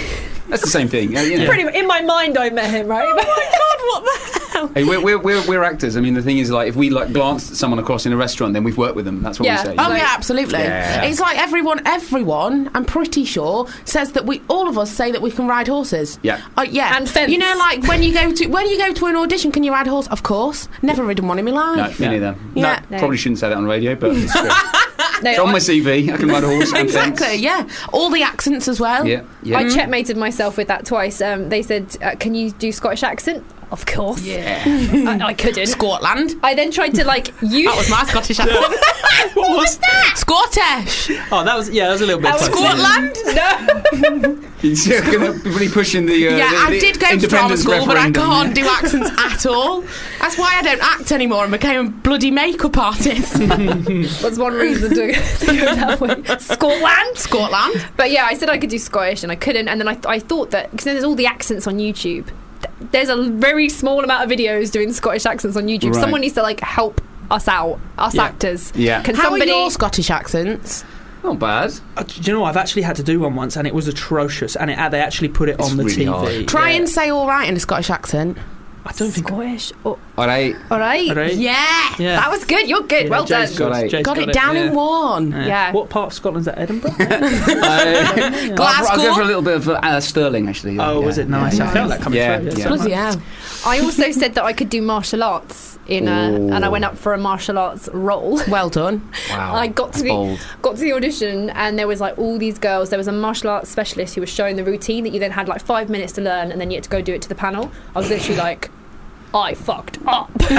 That's the same thing. Uh, you know.
Pretty much, in my mind, I met him.
Oh
Right.
Hey, we're, we're, we're, we're actors. I mean, the thing is, like, if we like glanced at someone across in a restaurant, then we've worked with them. That's what
Yeah.
we say.
Oh,
Oh
Like-
yeah, absolutely.
Yeah.
It's like everyone, everyone. I'm pretty sure says that we, all of us, say that we can ride horses.
Yeah.
Uh, yeah.
And fence.
You know, like when you go to when you go to an audition, can you ride a horse? Of course. Never ridden one in my
No,
life.
me neither.
Yeah.
No, probably shouldn't say that on radio, but it's true. It's on my CV. I can ride a horse. and
Exactly.
fence.
Yeah. All the accents as well. Mm.
Yeah. Yeah.
I checkmated myself with that twice. Um, they said, uh, "Can you do Scottish accent?" Of course.
yeah.
I, I couldn't.
Scotland.
I then tried to like use.
That was my Scottish accent.
what was that?
Scottish.
Oh, that was yeah, that was a little bit.
was
close.
Scotland.
no.
He's gonna be really pushing the. Uh,
Yeah,
the,
I
the
did go to drama
independence
school, but I
referendum.
can't do accents at all. That's why I don't act anymore and became a bloody makeup artist.
That's one reason to, to go that way. Scotland.
Scotland.
But yeah, I said I could do Scottish and I couldn't. And then I, I thought that because there's all the accents on YouTube. Th- There's a very small amount of videos doing Scottish accents on YouTube.
Right.
Someone needs to like help us out, us
Yeah.
actors.
Yeah.
Can
How
somebody?
are your Scottish accents?
Not bad.
Uh, do you know what? I've actually had to do one once, and it was atrocious. And it, uh, they actually put it
It's
on the
really
TV.
hard.
Try
Yeah.
and say all right in a Scottish accent.
I don't think.
Scottish. Oh,
All right.
all right.
All right.
Yeah.
Yeah.
That was good. You're good.
Yeah,
well done.
Jay's
Got it.
Jay's
Got, it, down
yeah.
in one.
Yeah.
What part of Scotland's that? Edinburgh?
Uh, I'll go for a little bit of uh, Sterling, actually.
oh,
Yeah.
was it nice? I felt that coming
Yeah,
through.
yeah.
so
Bloody
much.
hell.
I also said that I could do martial arts in a,
Ooh.
and I went up for a martial arts role.
Well done.
Wow.
I got
That's
to the
bold.
got to the audition and there was like all these girls. There was a martial arts specialist who was showing the routine that you then had like five minutes to learn and then you had to go do it to the panel. I was literally like, I fucked up.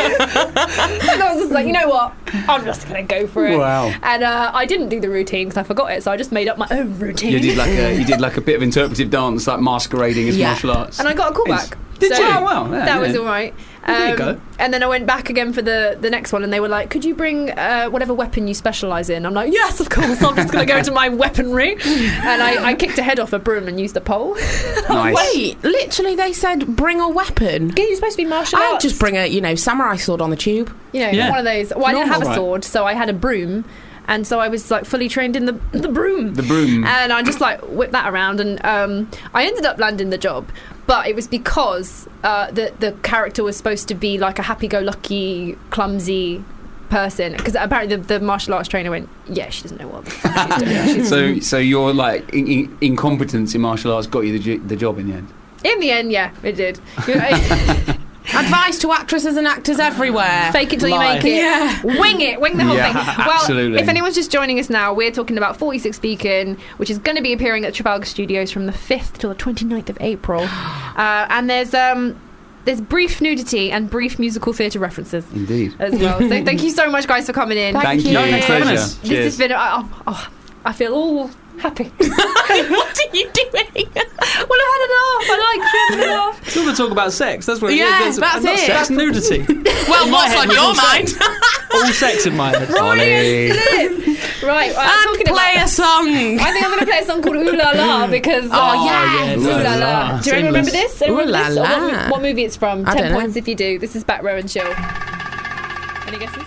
and I was just like, you know what? I'm just gonna go for it.
Wow.
And uh, I didn't do the routine because I forgot it, so I just made up my own routine.
You did like a you did like a bit of interpretive dance, like masquerading as
Yeah.
martial arts.
and I got a call
It's-
back.
Did
So
you? Oh, wow. Yeah,
that was
yeah.
all right.
there you go.
And then I went back again for the, the next one, and they were like, "Could you bring uh, whatever weapon you specialise in?" I'm like, "Yes, of course. I'm just going to go to my weaponry." And I, I kicked a head off a broom and used a pole.
nice.
Oh, Wait, literally, they said bring a weapon.
You're supposed to be martial
I'd
arts.
just bring a, you know, samurai sword on the tube.
you know,
Yeah.
one of those. Well, I didn't have a
Normal.
sword, so I had a broom, and so I was like fully trained in the the broom.
The broom.
And I just like whipped that around, and um, I ended up landing the job, but it was because uh, the the character was supposed to be like a happy-go-lucky, clumsy person. Because apparently the, the martial arts trainer went, "Yeah, she doesn't know what." the fuck she's doing."
So so your like in, in, incompetence in martial arts got you the, ju- the job in the end.
In the end, yeah, it did. You know, I-
Advice to actresses and actors everywhere.
Fake it till
Lie.
you make it. Wing it. Wing the whole
Yeah,
thing. Well,
absolutely.
if anyone's just joining us now, we're talking about 46 Beacon, which is going to be appearing at Trafalgar Studios from the 5th till the 29th of April. Uh, and there's um, there's brief nudity and brief musical theatre references
Indeed.
as well. so thank you so much, guys, for coming in.
Thank you.
you. Thanks for having
Pleasure.
us.
This has been. Oh, oh, I feel all happy.
what are you doing?
well, I've had enough. I like having enough.
It's all the talk about sex. That's what it is.
Yeah,
There's-
that's
not
it.
Sex, nudity.
well, what's
head
on
was
your
all
mind?
all sex in my head.
Ollie.
Right, well, I'm
and
talking about.
play a song.
I think I'm going to play a song called Ooh La La because.
Oh, yes.
Ooh La La. Do you
Seamless.
remember this? Anyone
Ooh La
remember this? Or What,
La.
mo- what movie it's from?
I
10
don't know.
points if you do. This is Back Row and Chill. Any guesses?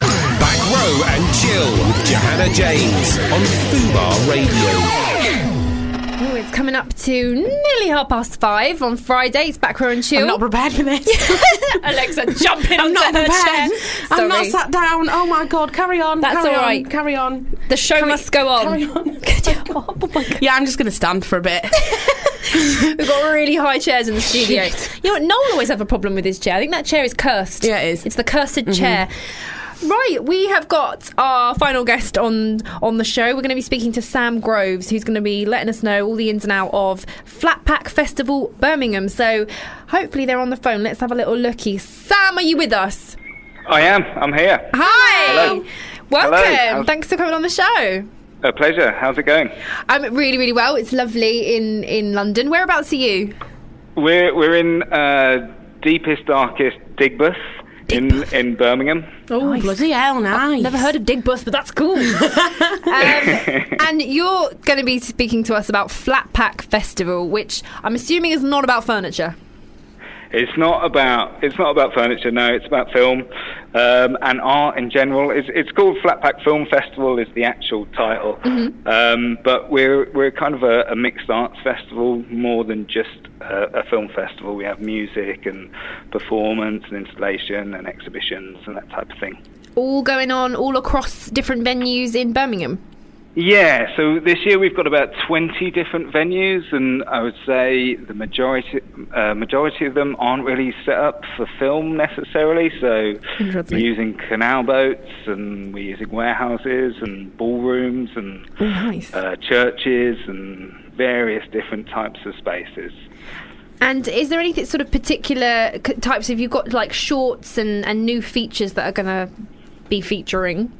Back row and chill with Johanna James on Fubar Radio.
Oh, it's coming up to nearly half past five on Friday. It's Back Row and Chill.
I'm not prepared for this.
Alexa, jump in
I'm not
onto her
prepared.
chair.
I'm not
Sorry.
sat down. Oh my god, carry on.
That's
carry
all
on,
right.
Carry on.
The show must go on.
Carry on. Oh Yeah, I'm just going to stand for a bit.
We've got really high chairs in the studio. You know what? Noel always have a problem with his chair. I think that chair is cursed.
Yeah, it is. Mm-hmm.
It's the cursed chair. Right, we have got our final guest on on the show. We're going to be speaking to Sam Groves, who's going to be letting us know all the ins and out of Flatpack Festival Birmingham. So hopefully they're on the phone. Let's have a little looky. Sam, are you with us?
I am. I'm here.
Hi.
Hello.
Welcome.
Hello.
Thanks for coming on the show.
A pleasure. How's it going?
Um, really, really well. It's lovely in in London. Whereabouts are you?
We're we're in uh, deepest darkest Digbus in in Birmingham.
Oh, bloody hell, nice.
Never heard of Dig Bus, but that's cool. um, and you're going to be speaking to us about Flatpack Festival, which I'm assuming is not about furniture.
It's not about it's not about furniture. No, it's about film um, and art in general. It's it's called Flatpack Film Festival is the actual title,
Mm-hmm.
um, but we're we're kind of a, a mixed arts festival more than just a, a film festival. We have music and performance and installation and exhibitions and that type of thing.
All going on all across different venues in Birmingham.
Yeah, so this year we've got about 20 different venues, and I would say the majority uh, majority of them aren't really set up for film necessarily. So we're using canal boats, and we're using warehouses, and ballrooms, and
nice.
uh, churches, and various different types of spaces.
And is there anything sort of particular c- types? Have you got like shorts and, and new features that are going to be featuring?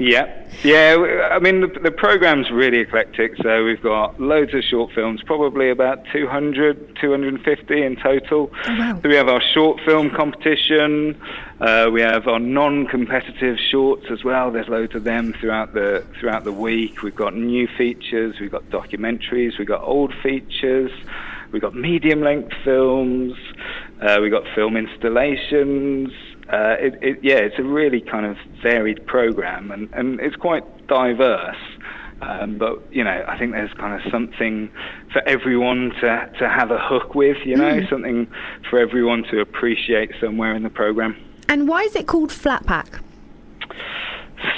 Yeah, yeah. w- I mean, the, the program's really eclectic. So we've got loads of short films, probably about 200, 250 in total.
Oh,
So we have our short film competition. Uh, we have our non-competitive shorts as well. There's loads of them throughout the throughout the week. We've got new features. We've got documentaries. We've got old features. We've got medium-length films. Uh, we've got film installations uh, it, it, yeah, it's a really kind of varied program, and, and it's quite diverse. Um, but you know, I think there's kind of something for everyone to to have a hook with. You know, something for everyone to appreciate somewhere in the program.
And why is it called Flatpack?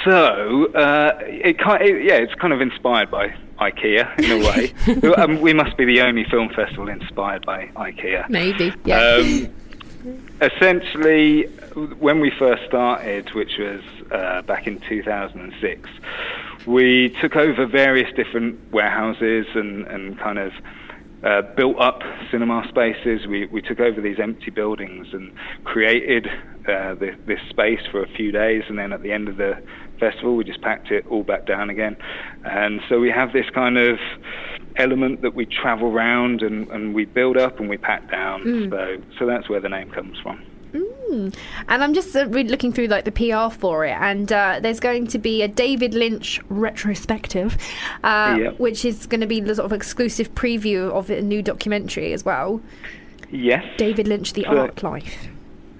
So uh, it, ki it yeah, it's kind of inspired by IKEA in a way. um, we must be the only film festival inspired by IKEA.
Maybe. Yeah.
Um, essentially, when we first started, which was uh, back in 2006, we took over various different warehouses and, and kind of uh, built up cinema spaces. We, we took over these empty buildings and created uh, thi- this space for a few days, and then at the end of the festival, we just packed it all back down again. And so we have this kind of element that we travel round and, and we build up and we pack down. So, so that's where the name comes from.
And I'm just uh, re- looking through like the PR for it, and uh, there's going to be a David Lynch retrospective, uh,
Yep.
which is going to be the sort of exclusive preview of a new documentary as well.
Yes.
David Lynch, the
Sure.
art life.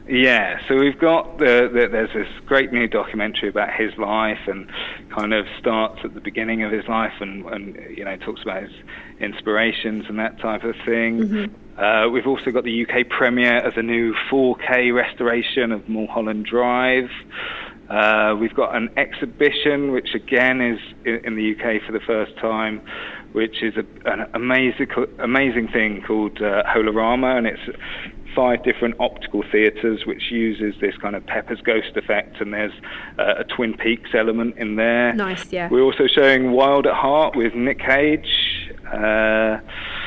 Yeah, so we've got the, the there's this great new documentary about his life and kind of starts at the beginning of his life and, and you know talks about his inspirations and that type of thing. Uh, we've also got the UK premiere of the new 4K restoration of Mulholland Drive. Uh, we've got an exhibition which again is i- in the UK for the first time, which is a, an amazing amazing thing called uh, Holorama, and it's five different optical theatres, which uses this kind of Pepper's Ghost effect, and there's uh, a Twin Peaks element in there.
Nice, yeah.
We're also showing Wild at Heart with Nick Cage. Uh,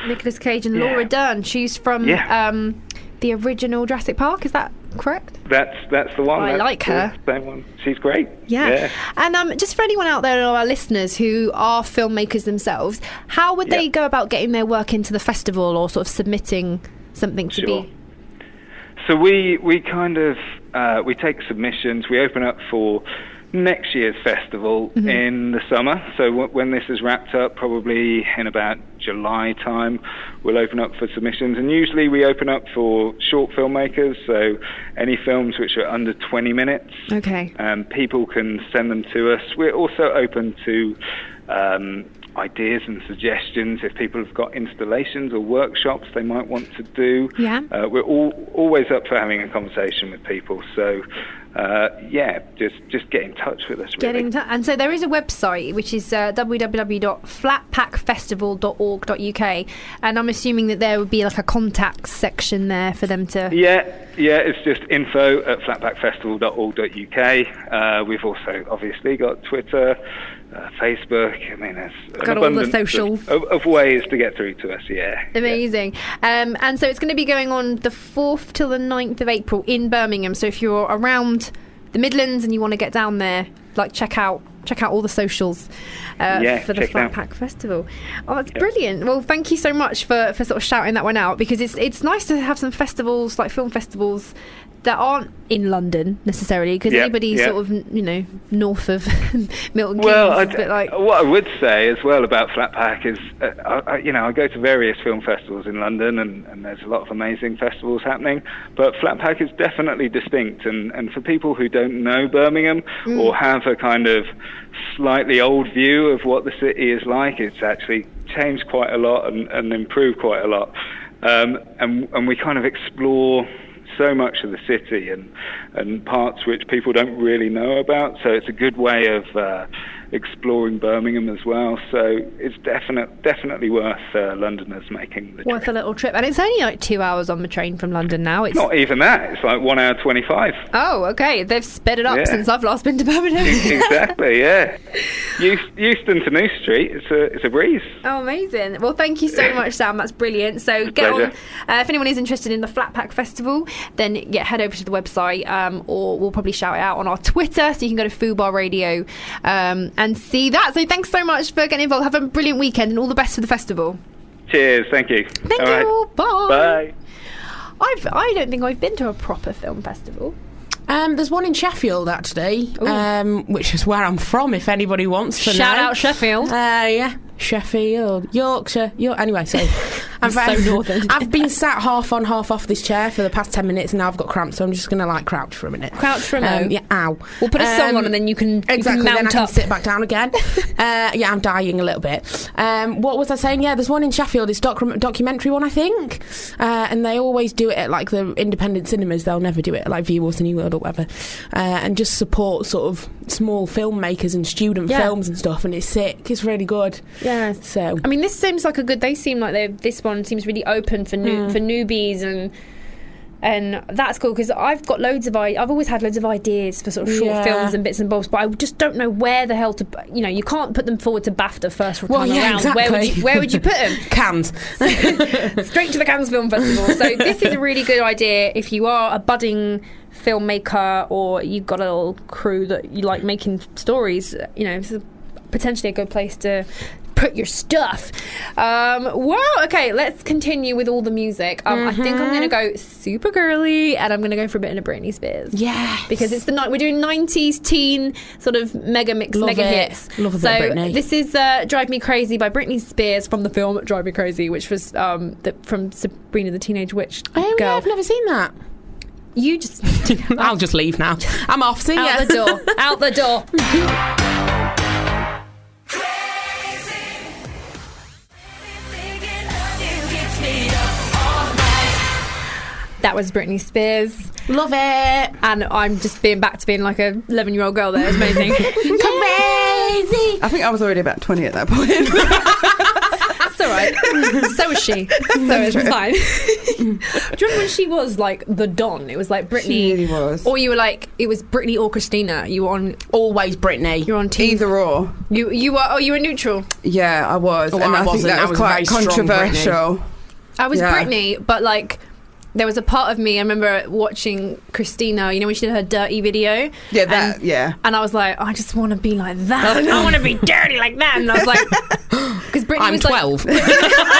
Nicholas Cage and
Yeah.
Laura Dern. She's from
Yeah.
um, the original Jurassic Park. Is that correct?
that's that's the one.
I
that's
like
the
her.
Same one. She's great.
Yeah. And um, just for anyone out there and all our listeners who are filmmakers themselves, how would they
Yeah.
go about getting their work into the festival or sort of submitting something to
Sure.
be?
So we we kind of uh, we take submissions. We open up for next year's festival
Mm-hmm.
in the summer. So w- when this is wrapped up, probably in about July time, we'll open up for submissions. And usually we open up for short filmmakers. So any films which are under 20 minutes.
Okay.
Um, people can send them to us. We're also open to um, ideas and suggestions. If people have got installations or workshops they might want to do,
Yeah.
uh, we're all, always up for having a conversation with people. So, uh, yeah, just just get in touch with us. Really.
Getting to, and so there is a website which is uh, www.flatpackfestival.org.uk, and I'm assuming that there would be like a contacts section there for them to.
Yeah, yeah, it's just info at flatbackfestival.org.uk. Uh, we've also obviously got Twitter, uh, Facebook. I mean, there's an
Got all the
abundance of-
socials.
Of, of ways to get through to us, yeah. yeah.
Amazing. Um, and so it's going to be going on the 4th till the 9th of April in Birmingham. So if you're around the Midlands and you want to get down there, like check out check out all the socials uh,
Yeah,
for the
check it
Flat
out.
Pack Festival. Oh, that's brilliant. Well, thank you so much for, for sort of shouting that one out because it's it's nice to have some festivals like film festivals that aren't in London necessarily because
Yeah,
anybody
yeah.
sort of you know north of Milton Keynes
Well, I
is a bit like
what I would say as well about Flatpak is, uh, I, I, you know, I go to various film festivals in London, and, and there's a lot of amazing festivals happening. But Flatpak is definitely distinct, and, and for people who don't know Birmingham
Mm.
or have a kind of slightly old view of what the city is like, it's actually changed quite a lot and, and improved quite a lot. Um, and, and we kind of explore so much of the city and and parts which people don't really know about. So it's a good way of uh, exploring Birmingham as well. So it's definite, definitely worth uh, Londoners making the
worth a
trip.
little trip and it's only like two hours on the train from London now. It's
Not even that. It's like one hour twenty-five.
Oh, okay. They've sped it up
Yeah.
since I've last been to Birmingham.
exactly. Yeah. Eust- Euston to New Street. It's a it's a breeze.
oh, amazing. Well, thank you so much, Sam. That's brilliant. So get
pleasure.
on. Uh, if anyone is interested in the Flat Pack Festival, then yeah, head over to the website, um, or we'll probably shout it out on our Twitter, so you can go to Foobar Radio um, and see that. So thanks so much for getting involved. Have a brilliant weekend and all the best for the festival.
Cheers. Thank you.
Thank
All right.
you.
Bye.
Bye. I've, I don't think I've been to a proper film festival.
Um, there's one in Sheffield actually, um, which is where I'm from. If anybody wants to
Shout
know.
out Sheffield.
Uh, yeah, Sheffield, Yorkshire. York- anyway, so I've,
So northern.
I've been sat half on, half off this chair for the past ten minutes, and now I've got cramps, so I'm just gonna like crouch for a minute. Um,
Crouch for a minute.
Yeah, ow.
We'll put a song
Um,
on and then you can you can
Exactly.
mount
then I can
up.
sit back down again. uh, yeah, I'm dying a little bit. Um, what was I saying? Yeah, there's one in Sheffield. It's doc- documentary one, I think. Uh, and they always do it at like the independent cinemas. They'll never do it at like Viewers the New World or whatever. Uh, and just support sort of small filmmakers and student
Yeah.
films and stuff. And it's sick. It's really good.
Yeah.
So
I mean, this seems like a good. They seem like they this one seems really open for new
Hmm.
for newbies and and that's cool because I've got loads of I, I've always had loads of ideas for sort of short
Yeah.
films and bits and bobs, but I just don't know where the hell to. You know, you can't put them forward to BAFTA first
Well,
time
yeah,
around. Where would
exactly.
you Where would you put them?
cans.
Straight to the Cannes Film Festival. So this is a really good idea if you are a budding filmmaker or you've got a little crew that you like making stories. You know, this is potentially a good place to put your stuff. Um, wow. Okay, let's continue with all the music. Um, I think I'm
Mm-hmm.
going to go super girly and I'm going to go for a bit of Britney Spears.
yeah.
Because it's the night we're doing '90s teen sort of mega mix,
Love
mega
it.
hits.
Love a bit
so
of Britney.
this is uh, "Drive Me Crazy" by Britney Spears from the film "Drive Me Crazy," which was um, the, from Sabrina the Teenage Witch
Oh, yeah,
Girl.
I've never seen that.
you just
I'll just leave now. I'm off. See
out
ya.
the door, out the door. That was Britney Spears,
Love it.
and I'm just being back to being like a 11 year old girl. There, it's amazing.
Crazy.
I think I was already about 20 at that point.
all right. so was she. So it's fine. Do you remember when she was like the Don? It was like Britney.
She really was.
Or you were like it was Britney or Christina. You were on
Always Britney.
you're on team.
Either or.
You you were oh you were neutral.
Yeah, I was.
Oh,
and
I
I, think
wasn't.
that
I
was,
was
quite
very strong
controversial.
I was
Yeah.
Britney, but like there was a part of me I remember watching Christina. You know when she did her dirty video.
Yeah, that-
And-
yeah.
And I was like, "Oh, I just want to be like that. I want to be dirty like that. And I was like, because Britney
I'm
was
12.
Like, I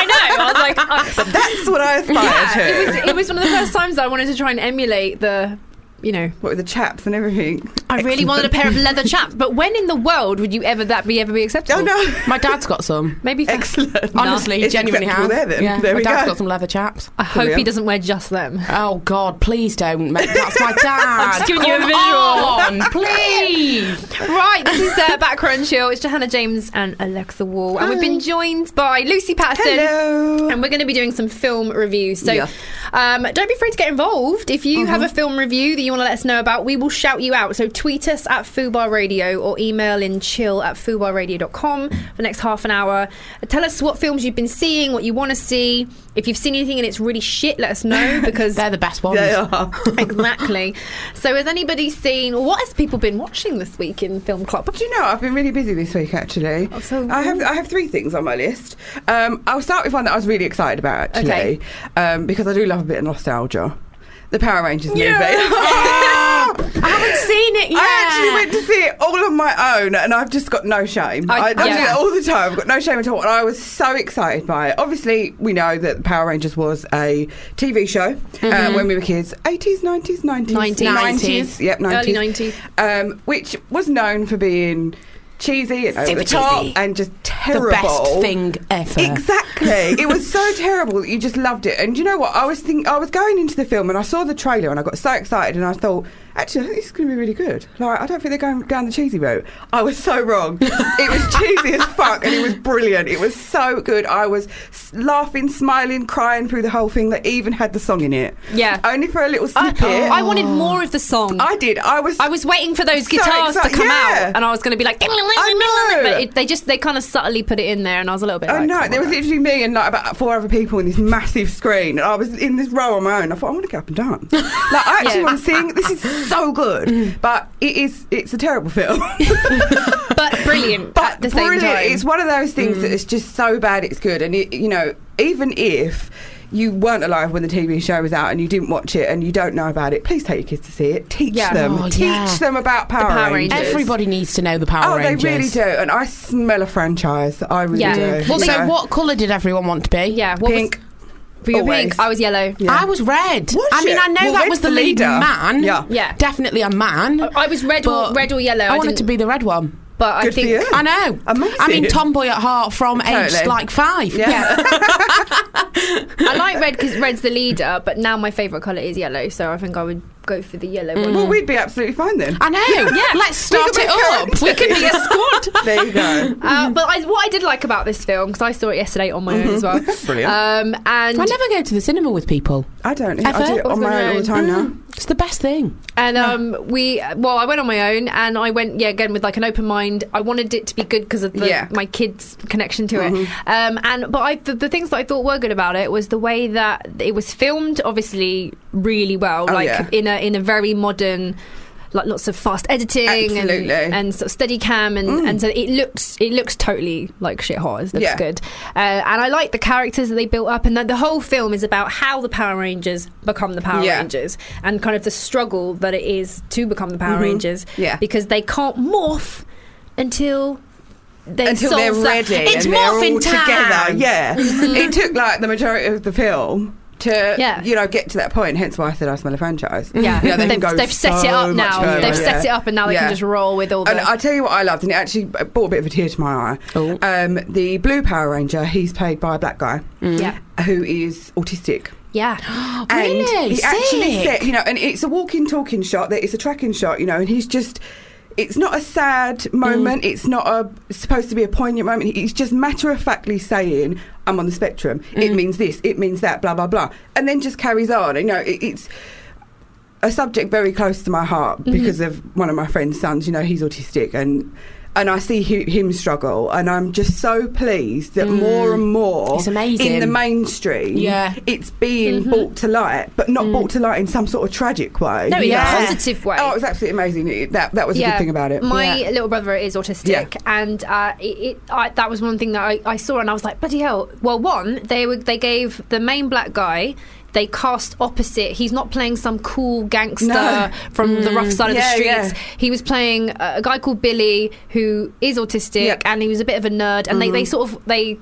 know. I was like, I-
That's what I aspired
yeah.
to.
It was, it was one of the first times that I wanted to try and emulate the. You know,
what with the chaps and everything.
I really wanted a pair of leather chaps, but when in the world would you ever that be ever be acceptable?
Oh no.
My dad's got some.
Maybe for-
Excellent.
Honestly, he
It's
genuinely
acceptable
has.
there then.
Yeah.
There
My
we
dad's
go.
got some leather chaps.
I hope he
Brilliant.
doesn't wear just them.
Oh God, please don't. Mate. That's my dad.
I'm just giving you a
Come
visual.
on, please.
Right, this is uh, Back Row and Chill. It's Johanna James and Alexa Wall. And we've been joined by Lucy Patterson.
Hello.
And we're going to be doing some film reviews. So
Yeah. Mm-hmm.
um, don't be afraid to get involved. If you have a film review that you want to let us know about, we will shout you out. So tweet us at Fubar Radio or email in chill at fubarradio.com for the next half an hour. Tell us what films you've been seeing, what you want to see. If you've seen anything and it's really shit, let us know because
They're the best ones.
They are.
exactly. So, has anybody seen what has people been watching this week in film club?
Do you know, I've been really busy this week actually.
so-
I have I have three things on my list. Um, I'll start with one that I was really excited about actually,
Okay.
um, because I do love a bit of nostalgia. The Power Rangers movie.
I haven't seen it yet.
I actually went to see it all on my own, and I've just got no shame.
I-
I, I, do
yeah.
it all the time. I've got no shame at all, and I was so excited by it. Obviously, we know that Power Rangers was a TV show uh, when we were kids, eighties, nineties, nineties,
90s.
yep, 90s,
Early 90s.
um, which was known for being cheesy and over
Super
the top
cheesy.
and just
the
terrible.
best thing ever.
Exactly. it was so terrible that you just loved it. And you know what? I was think I was going into the film and I saw the trailer and I got so excited and I thought, actually, I think this is going to be really good. Like, I don't think they're going down the cheesy route. I was so wrong. it was cheesy as fuck and it was brilliant. It was so good. I was s- laughing, smiling, crying through the whole thing. They even had the song in it.
Yeah.
Only for a little
I,
snippet. Oh.
I wanted more of the song.
I did. I was.
I was waiting for those
So
guitars to
exci-
come
yeah.
out, and I was going to be like,
I know.
but it, they just they kind of subtly put it in there, and I was a little bit.
Oh
like,
no,
come
there
on,
was
guys.
literally me and like about four other people in this massive screen, and I was in this row on my own. I thought I want to get up and dance. like I actually
Yeah. Mm.
want to sing. This is so good, but it is it's a terrible film.
but brilliant.
but
at the
brilliant.
same time, Mm.
It's one of those things that is just so bad it's good, and it, you know even if. You weren't alive when the TV show was out, and you didn't watch it, and you don't know about it. Please take your kids to see it. Teach
Yeah.
them.
Oh,
Teach
yeah.
them about Power,
Power
Rangers.
Rangers.
Everybody needs to know the Power
Oh,
Rangers.
they really do. And I smell a franchise. I really
Yeah.
do.
Well,
You
So,
know.
what colour did everyone want to be?
yeah, what
Pink.
Was, were you
always.
pink? I was yellow.
Yeah.
I was red.
Was
I mean,
it?
I know
Well,
that
red's
was the
the
lead
leader.
man.
Yeah.
Yeah.
Definitely a man.
I was red or
But
red or yellow.
I, wanted
didn't-
to be the red one.
but I
Good for
think
you.
I know.
Amazing.
I mean, tomboy at heart from age
Totally.
like five.
Yeah.
I like red because red's the leader. But now my favourite colour is yellow, so I think I would go for the yellow one.
well, we'd be absolutely fine then.
I know.
Yeah.
Let's start
We
it
could
up.
make
We could be a squad.
There you go.
Uh, but I, what I did like about this film because I saw it yesterday on my own as well.
Brilliant.
Um, and
I never go to the cinema with people.
I don't.
Effort?
I do it
What's
on
going
my own all the time now.
Mm. It's the best thing.
and um, we well, I went on my own and I went yeah again with like an open mind. I wanted it to be good because of the,
Yeah. Mm-hmm.
my kids' connection to it. Um, and but I, the, the things that I thought were good about it was the way that it was filmed, obviously really well,
Oh,
like
yeah.
in a in a very modern. Like lots of fast editing
Absolutely. Mm.
and and sort of steady cam and, and so it looks it looks totally like shit hot. It looks
Yeah.
good, uh, and I like the characters that they built up, and that the whole film is about how the Power Rangers become the Power
Yeah.
Rangers and kind of the struggle that it is to become the Power Rangers.
Mm-hmm. Yeah.
because they can't morph until. They
Until
solve
they're
that.
ready
It's
and they're all
morphing time. Mm-hmm.
together. Yeah. it took like the majority of the film to
Yeah.
you know get to that point. Hence why I said I smell a franchise.
Yeah,
You know, they can
they've,
go
they've set
so
it up
much
now.
further,
They've set
yeah.
it up, and now they
Yeah.
can just roll with all
And
the.
I tell you what I loved, and it actually brought a bit of a tear to my eye.
Oh.
Um, the blue Power Ranger, he's played by a black guy
Yeah,
who is autistic.
yeah.
And
Really?
he actually
Sick.
said, you know, and it's a walking, talking shot. That it's a tracking shot, you know, and he's just. It's not a sad moment.
Mm.
It's not a supposed to be a poignant moment. He's just matter of factly saying, "I'm on the
Mm.
spectrum. It means this. It means that. Blah blah blah," and then just carries on. You know, it, it's a subject very close to my heart
Mm-hmm.
Mhm.
because of one of my friend's sons. You know, he's autistic, and and I see hi- him struggle, and I'm just so pleased that
Mm.
more and more
It's amazing.
in the mainstream,
Yeah.
it's being
Mm-hmm.
brought to light, but not brought to light in some sort of tragic way.
Mm. No, in
you know?
a positive way.
Oh, it was absolutely amazing. It- that that was a good thing about it.
My
Yeah.
little brother is autistic, and uh, it, it, I, that was one thing that I, I saw, and I was like, bloody hell. Well, one, they were they gave the main black guy. They cast opposite. He's not playing some cool gangster
No. Mm.
from the rough side
Yeah,
of the
yeah.
streets. He was playing a, a guy called Billy who is autistic
Yeah.
and he was a bit of a nerd. And they, they sort of they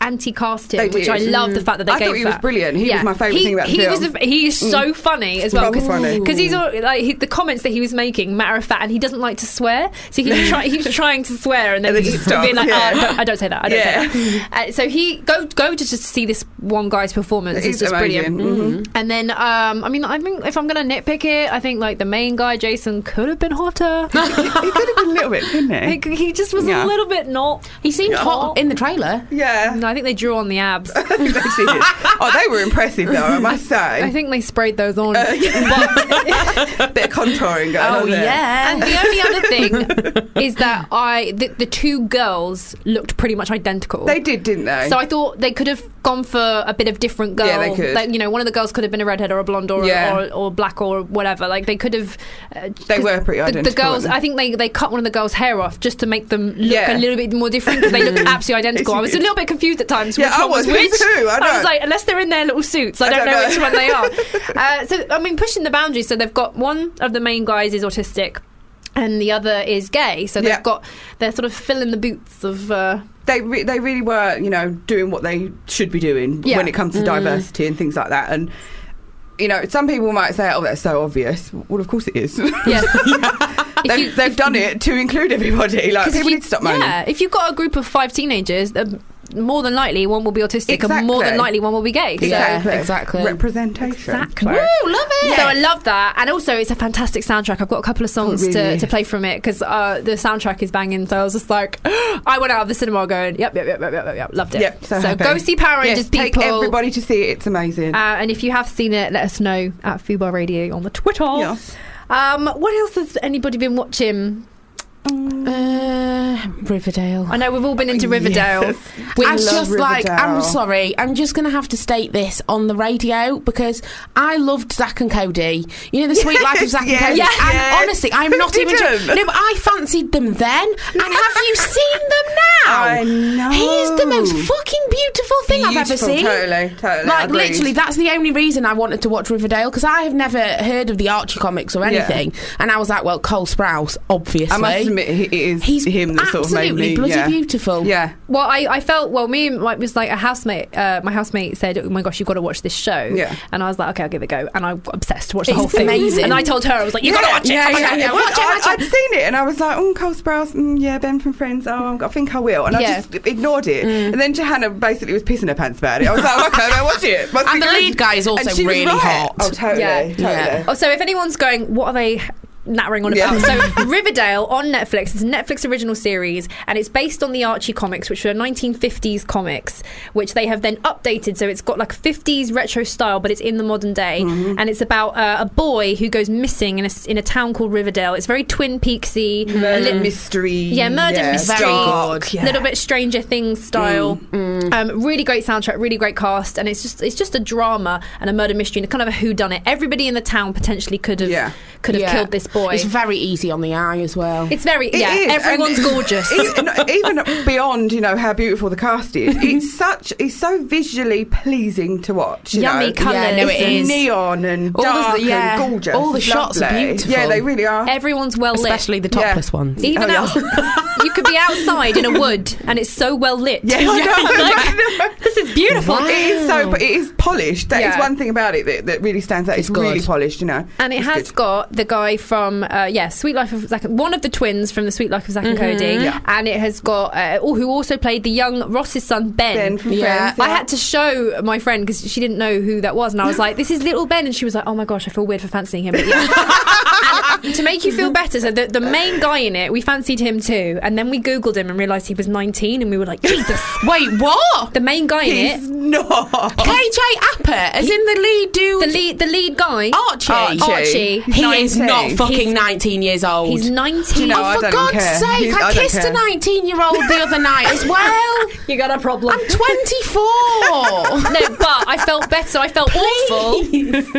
anti-cast him,
Mm-hmm. They
which
did. Mm.
I love the fact that they
I
gave
thought he was
that.
brilliant. He was my favourite
He-
thing about the
he
film.
Was the, he is so funny as well
proper funny.
because he's all, Oh, like he, the comments that he was making matter of fact, and he doesn't like to swear, so he was, try, he was trying to swear, and then
And then
he
just
was being
stopped,
like,
yeah.
"Oh, I, don't, I don't say that, I don't
Yeah.
say that. Uh, so he go go to just see this one guy's performance. It's,
It's
just
amazing. Mm-hmm.
brilliant. Mm-hmm. And then um, I mean, I think if I'm gonna nitpick it, I think like the main guy Jason could have been hotter.
He could have been a little bit, couldn't he?
like, he just was
Yeah.
a little bit not.
He seemed hot in the trailer.
yeah.
No, I think they drew on the abs.
They did. oh, they were impressive though, I must say.
I think they sprayed those on.
Uh, bit of contouring going
Oh,
on there.
And the only other thing is that I the, the two girls looked pretty much identical.
They did, didn't they?
So I thought they could have gone for a bit of different girl.
Yeah, they could.
Like, you know, one of the girls could have been a redhead or a blonde or
Yeah.
or, or black or whatever. Like they could have. Uh,
They
'cause
were pretty
the- The,
identical,
girls,
weren't they?
I think they they cut one of the girls' hair off just to make them look
Yeah.
a little bit more different because they looked absolutely identical. I was a
It's-
little bit confused at times.
Yeah,
which
I
one was,
was. Who's
which.
who? I
was
don't-
like, unless they're in their little suits, I don't, know, which one they are. Uh, so I mean, pushing the boundaries. So they've got one of the main guys is autistic. And the other is gay, so they've
Yeah.
got they're sort of filling the boots of uh,
they re- they really were, you know, doing what they should be doing
Yeah. Mm.
when it comes to diversity and things like that. And you know, some people might say, "Oh, that's so obvious." Well, of course it is.
yeah. If
they've,
you-
they've done it to include everybody. Like
'Cause if
people
you-
need to stop moaning.
Yeah, if you've got a group of five teenagers, uh, more than likely one will be autistic, and more than
Exactly.
likely one will be gay. So.
Exactly.
exactly.
Representation.
Exactly. Woo, love it. So I love that, and also it's a fantastic soundtrack. I've got a couple of songs
Oh, really?
to, to play from it because uh, the soundtrack is banging. So I was just like, I went out of the cinema going, yep, yep, yep, yep, yep, yep, yep. loved it.
Yep. So, happy.
go see Power
Yes,
Rangers,
Take
people.
everybody to see it. It's amazing.
Uh, and if you have seen it, let us know at Fubar Radio on the Twitter.
Yeah.
Um, what else has anybody been watching?
Um,
Uh, Riverdale.
I know we've all been into Riverdale.
We
I'm
love
just like, I'm
Riverdale.
sorry, I'm just going to have to state this on the radio because I loved Zach and Cody. You know, the sweet life of Zach
yes,
and Cody.
yes.
And honestly, I'm
Who
not even.
didn't?
No, but I fancied them then. And have you seen them now?
I know.
He is the most fucking beautiful thing I've ever
Beautiful,
seen.
Totally, totally.
Like
agreed.
literally, that's the only reason I wanted to watch Riverdale because I have never heard of the Archie comics or
Yeah.
anything, and I was like, well, Cole Sprouse, obviously.
I must admit, he- it is
He's
him that sort of made
absolutely
me.
bloody
yeah.
beautiful.
Yeah.
Well, I, I felt well. Me and my, it was like a housemate. Uh, my housemate said, "Oh my gosh, you've got to watch this show."
Yeah.
and I was like, "Okay, I'll give it a go." And I got obsessed. to Watch the
It's
whole thing.
amazing.
And I told her, I was like, "You have got to watch it."
Yeah,
I'm like,
yeah,
"Okay,
yeah.
Watch it,
I,
watch
I'd seen it and I was like, oh, Cole Sprouse, mm, yeah, Ben from Friends, oh, I think I will. And
Yeah. Mm.
I just ignored it. And then Johanna basically was pissing her pants about it. I was like, okay, then watch it. Must be
And the
good.
lead guy is
And
also
she was
really
right.
hot.
Oh, totally.
Yeah.
totally.
Yeah.
it. Oh, so if anyone's going, what are they? Nattering on
Yeah.
about. So, Riverdale on Netflix is a Netflix original series and it's based on the Archie comics, which were 1950s comics, which they have then updated. So, it's got like 50s retro style, but it's in the modern day.
Mm-hmm.
And it's about uh, a boy who goes missing in a, s- in a town called Riverdale. It's very Twin Peaksy, a
Murder
lit-
mystery.
yeah, murder mystery,
dark,
a little bit Stranger Things style.
Mm.
Mm.
Um, really great soundtrack, really great cast, and it's just it's just a drama and a murder mystery and kind of a who done it. Everybody in the town potentially could have
Yeah.
could have
Yeah.
killed this boy.
It's
It's,
very easy on the eye as well.
very e-,
It
yeah.
is, and
Everyone's
it-
gorgeous.
Even, even beyond, you know how beautiful the cast is. It's such, it's so visually pleasing to watch. You
Yummy
know?
colours.
Yeah, no,
It's
it is.
neon and
All the-
dark
yeah.
and gorgeous.
All the
It's
shots are
lovely.
beautiful.
Yeah, they really are.
Everyone's well
Especially the
lit.
topless ones.
Even
Oh,
out, you could be outside in a wood and it's so well lit.
Yeah, I know, I know.
Like, this is beautiful.
Wow.
It is so, but it is polished. That is
Yeah.
one thing about it that, that really stands out. It's,
good.
really polished, you know.
And it
It's
has
good.
got the guy from uh, yeah, Sweet Life of Zack, one of the twins from the Sweet Life of Zack and
Mm-hmm.
Cody,
Yeah.
and it has got uh, oh, who also played the young Ross's son Ben.
Ben from
Yeah.
Friends. Yeah.
I had to show my friend because she didn't know who that was, and I was like, "This is little Ben," and she was like, "Oh my gosh, I feel weird for fancying him." But yeah. And to make you feel better, so the, the main guy in it, we fancied him too, and And then we Googled him and realised he was 19, and we were like, Jesus.
Wait, what?
the main guy in
He's
it,
not.
KJ Apper, as in the lead dude.
the lead, the lead guy,
Archie.
Archie.
Archie.
He's
He is
19.
not fucking
He's-
19 years old.
He's 19.
you know,
oh,
I
for
don't
God's
care.
sake,
He's-
I,
I don't
kissed
care.
a 19 year old the other night as well.
you got a problem.
I'm 24.
no, but I felt better. I felt awful.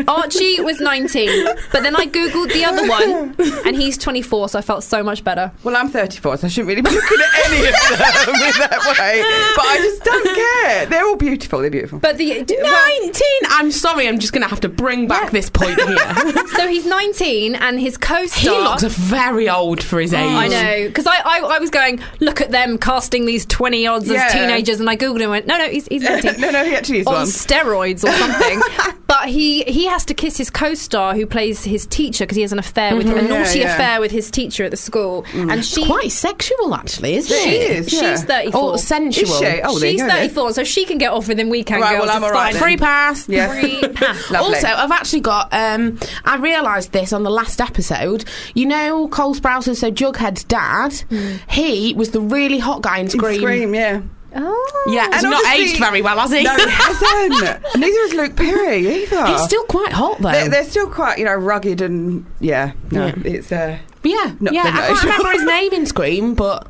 Archie was 19, but then I googled the other one, and he's 24, so I felt so much better.
Well, I'm 34, so I shouldn't really be looking at any of them in that way. But I just don't care. They're all beautiful. They're beautiful.
But the d- well,
19? I'm sorry, I'm just going to have to bring back this point here.
so he's 19, and his
he
co-star.
looks very old for his age.
Oh, I know, because I, I, I was going, look at them casting these 20 odds
Yeah.
as teenagers, and I Googled him and went, no, no, he's, he's 19.
No, no, he actually
Oh,
is
On
one.
steroids or something. but he, he has to kiss his co star who plays his teacher because he has an affair with a
Yeah,
naughty
Mm-hmm. yeah. Mm.
affair with his teacher at the school. And she,
Quite sexual, actually, isn't
She
it?
is, yeah.
she's 34.
Or sensual.
Is she? Oh, there you
She's
go then.
34, so she can get off with him. We can,
Right,
girls.
well, I'm
it's
all right
fine.
then.
Free pass.
Yeah.
Free pass.
Lovely.
Also, I've actually got. Um, I realised this on the last episode. You know, Cole Sprouse, so Jughead's dad. He was the really hot guy in Scream.
Hmm. Scream, yeah.
Oh.
Yeah, he's
And
not
obviously-
aged very well, has he?
No, he hasn't. Neither is Luke Perry either.
He's still quite hot though.
They're, they're still quite, you know, rugged and yeah. No,
Yeah.
it's uh,
But yeah,
No,
yeah. I
they're not
can't
aged
remember his name in Scream, but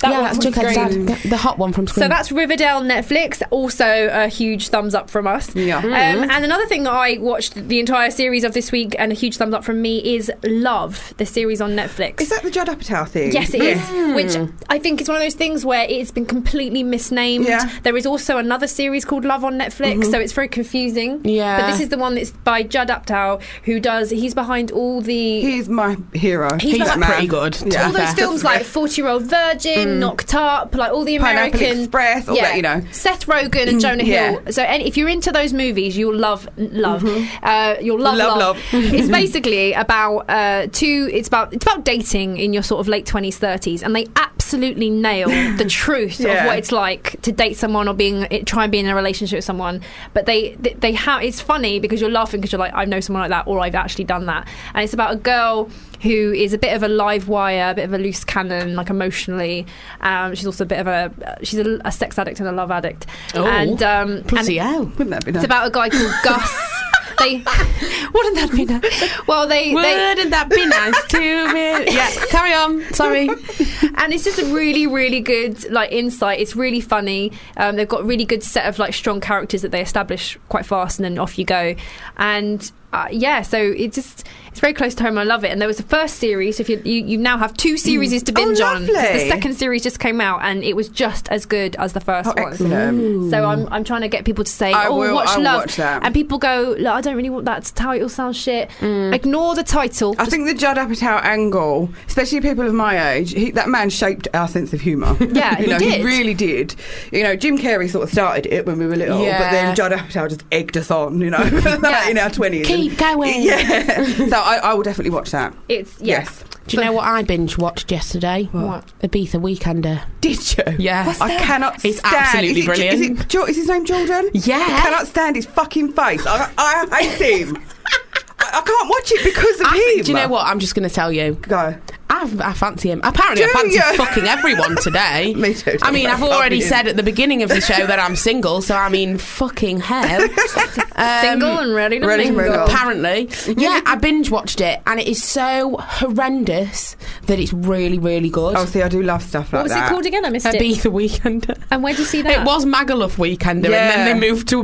That
yeah,
one
that's
from
Jughead's
Scream.
dad, the, the hot one from Scream.
So that's Riverdale Netflix. Also, a huge thumbs up from us.
Yeah. Mm-hmm.
Um, and another thing that I watched the entire series of this week, and a huge thumbs up from me, is Love, the series on Netflix.
is that the Judd Apatow thing? Hmm.
Yes, it is. Which I think is one of those things where it's been completely misnamed.
Yeah. Mm-hmm.
There is also another series called Love on Netflix, so it's very confusing.
Yeah.
But this is the one that's by Judd Apatow, who does. He's behind all the.
He's my hero.
He's
that
like
man.
pretty good, to
Yeah. Mm.
all those
fair.
films like Forty Year Old Virgin, Knocked Up, like all the
Pineapple
American
Express, all that, you know. Mm,
Seth Rogen and Jonah
yeah. Mm-hmm.
Hill. So any, if you're into those movies, you'll love love. Uh, you'll love
Love,
love.
love.
it's basically about uh, two. It's about it's about dating in your sort of late twenties, thirties, and they absolutely nail the truth
Yeah.
of what it's like to date someone or being it- try and be in a relationship with someone. But they they, they have it's funny because you're laughing because you're like I know someone like that or I've actually done that, and it's about a girl. Who is a bit of a live wire, a bit of a loose cannon, like emotionally. Um, she's also a bit of a she's a, a sex addict and a love addict.
Oh.
and um, and
bloody hell.
Wouldn't that be nice?
it's about a guy called Gus. They wouldn't that be nice? Well, they, they
Wouldn't that be nice to me? Yeah, carry on. Sorry.
and it's just a really really good like insight it's really funny um, they've got a really good set of like strong characters that they establish quite fast and then off you go and uh, yeah so it just it's very close to home i love it and there was the first series if you you, you now have two series to binge on 'cause
lovely.
the second series just came out and it was just as good as the first
Oh,
one
excellent.
so I'm, I'm trying to get people to say
I
oh
will-
watch
I'll
love
watch that.
and people go "Look, i don't really want that title sounds shit ignore the title
Mm. I think the Judd Apatow angle, especially people of my age, he, that man shaped our sense of humour.
Yeah,
you
he
know,
did.
really did. You know, Jim Carrey sort of started it when we were little, but
Yeah.
then Judd Apatow just egged us on. You know, like
Yeah.
in our twenties.
Keep going.
Yeah. so I, I will definitely watch that.
it's yeah.
Yes.
Do you know what I binge watched yesterday?
What?
Ibiza Weekender.
Did you?
Yeah. What's
I
that?
cannot
It's
stand.
absolutely
is it, Is,
brilliant.
it, Jo- is his name Jordan?
Yeah.
I cannot stand his fucking face. I, I hate him. I, I can't watch it because of
I,
him.
do you know what? I'm just going to tell you.
Go.
I, I fancy him. Apparently,
Do
I fancy
ya?
fucking everyone today.
Me too.
I mean, I've already
Fucking-
said at the beginning of the show that I'm single, so I mean, fucking hell. Um,
single and ready to
ready to
mingle.
mingle.
Apparently, yeah, I binge watched it, and it is so horrendous that it's really, really good.
Oh, see, I do love stuff like
what was
that.
it called again i missed it
Ibiza Weekender.
And where did you see that?
It was Magaluf Weekender, and
Yeah.
then they moved to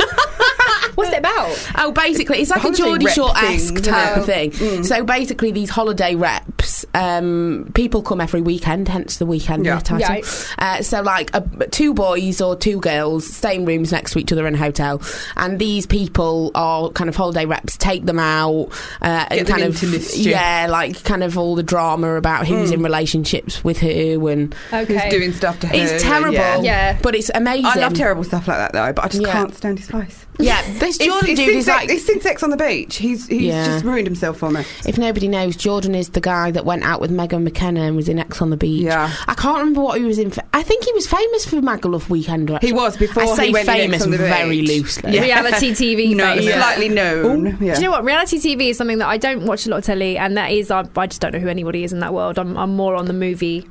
Ibiza.
What's it about?
Oh, basically, it's like a
Holiday
Geordie
rep
Shore-esque
thing, isn't Mm.
type of thing. So basically, these holiday reps, um, people come every weekend, hence the weekend
Yeah.
title.
Right.
Uh, so like a, two boys or two girls stay in rooms next to each other in a hotel, and these people are kind of holiday reps. Take them out uh, and
them
kind of
into mischief. Mm.
yeah, like kind of all the drama about who's in relationships with who, and
Who's
Okay.
doing stuff to her?
it's terrible.
yeah.
Yeah.
but it's amazing.
I love terrible stuff like that though, but I just
Yeah.
can't stand his face.
Yeah, this
it's,
Jordan
it's
dude
since
is
X-
like
it's since X on the beach. He's he's
Yeah.
just ruined himself for me.
If nobody knows, Jordan is the guy that went out with Megan McKenna and was in X on the Beach.
Yeah.
I can't remember what he was in. For. I think he was famous for Magaluf Weekender. Actually.
He was before
I say
he went in X
famous
on the Beach.
very loosely.
Yeah.
Reality TV.
No,
famous.
slightly known. Yeah.
Do you know what? Reality TV is something that I don't watch a lot of telly, and that is I, I just don't know who anybody is in that world. I'm, I'm more on the movie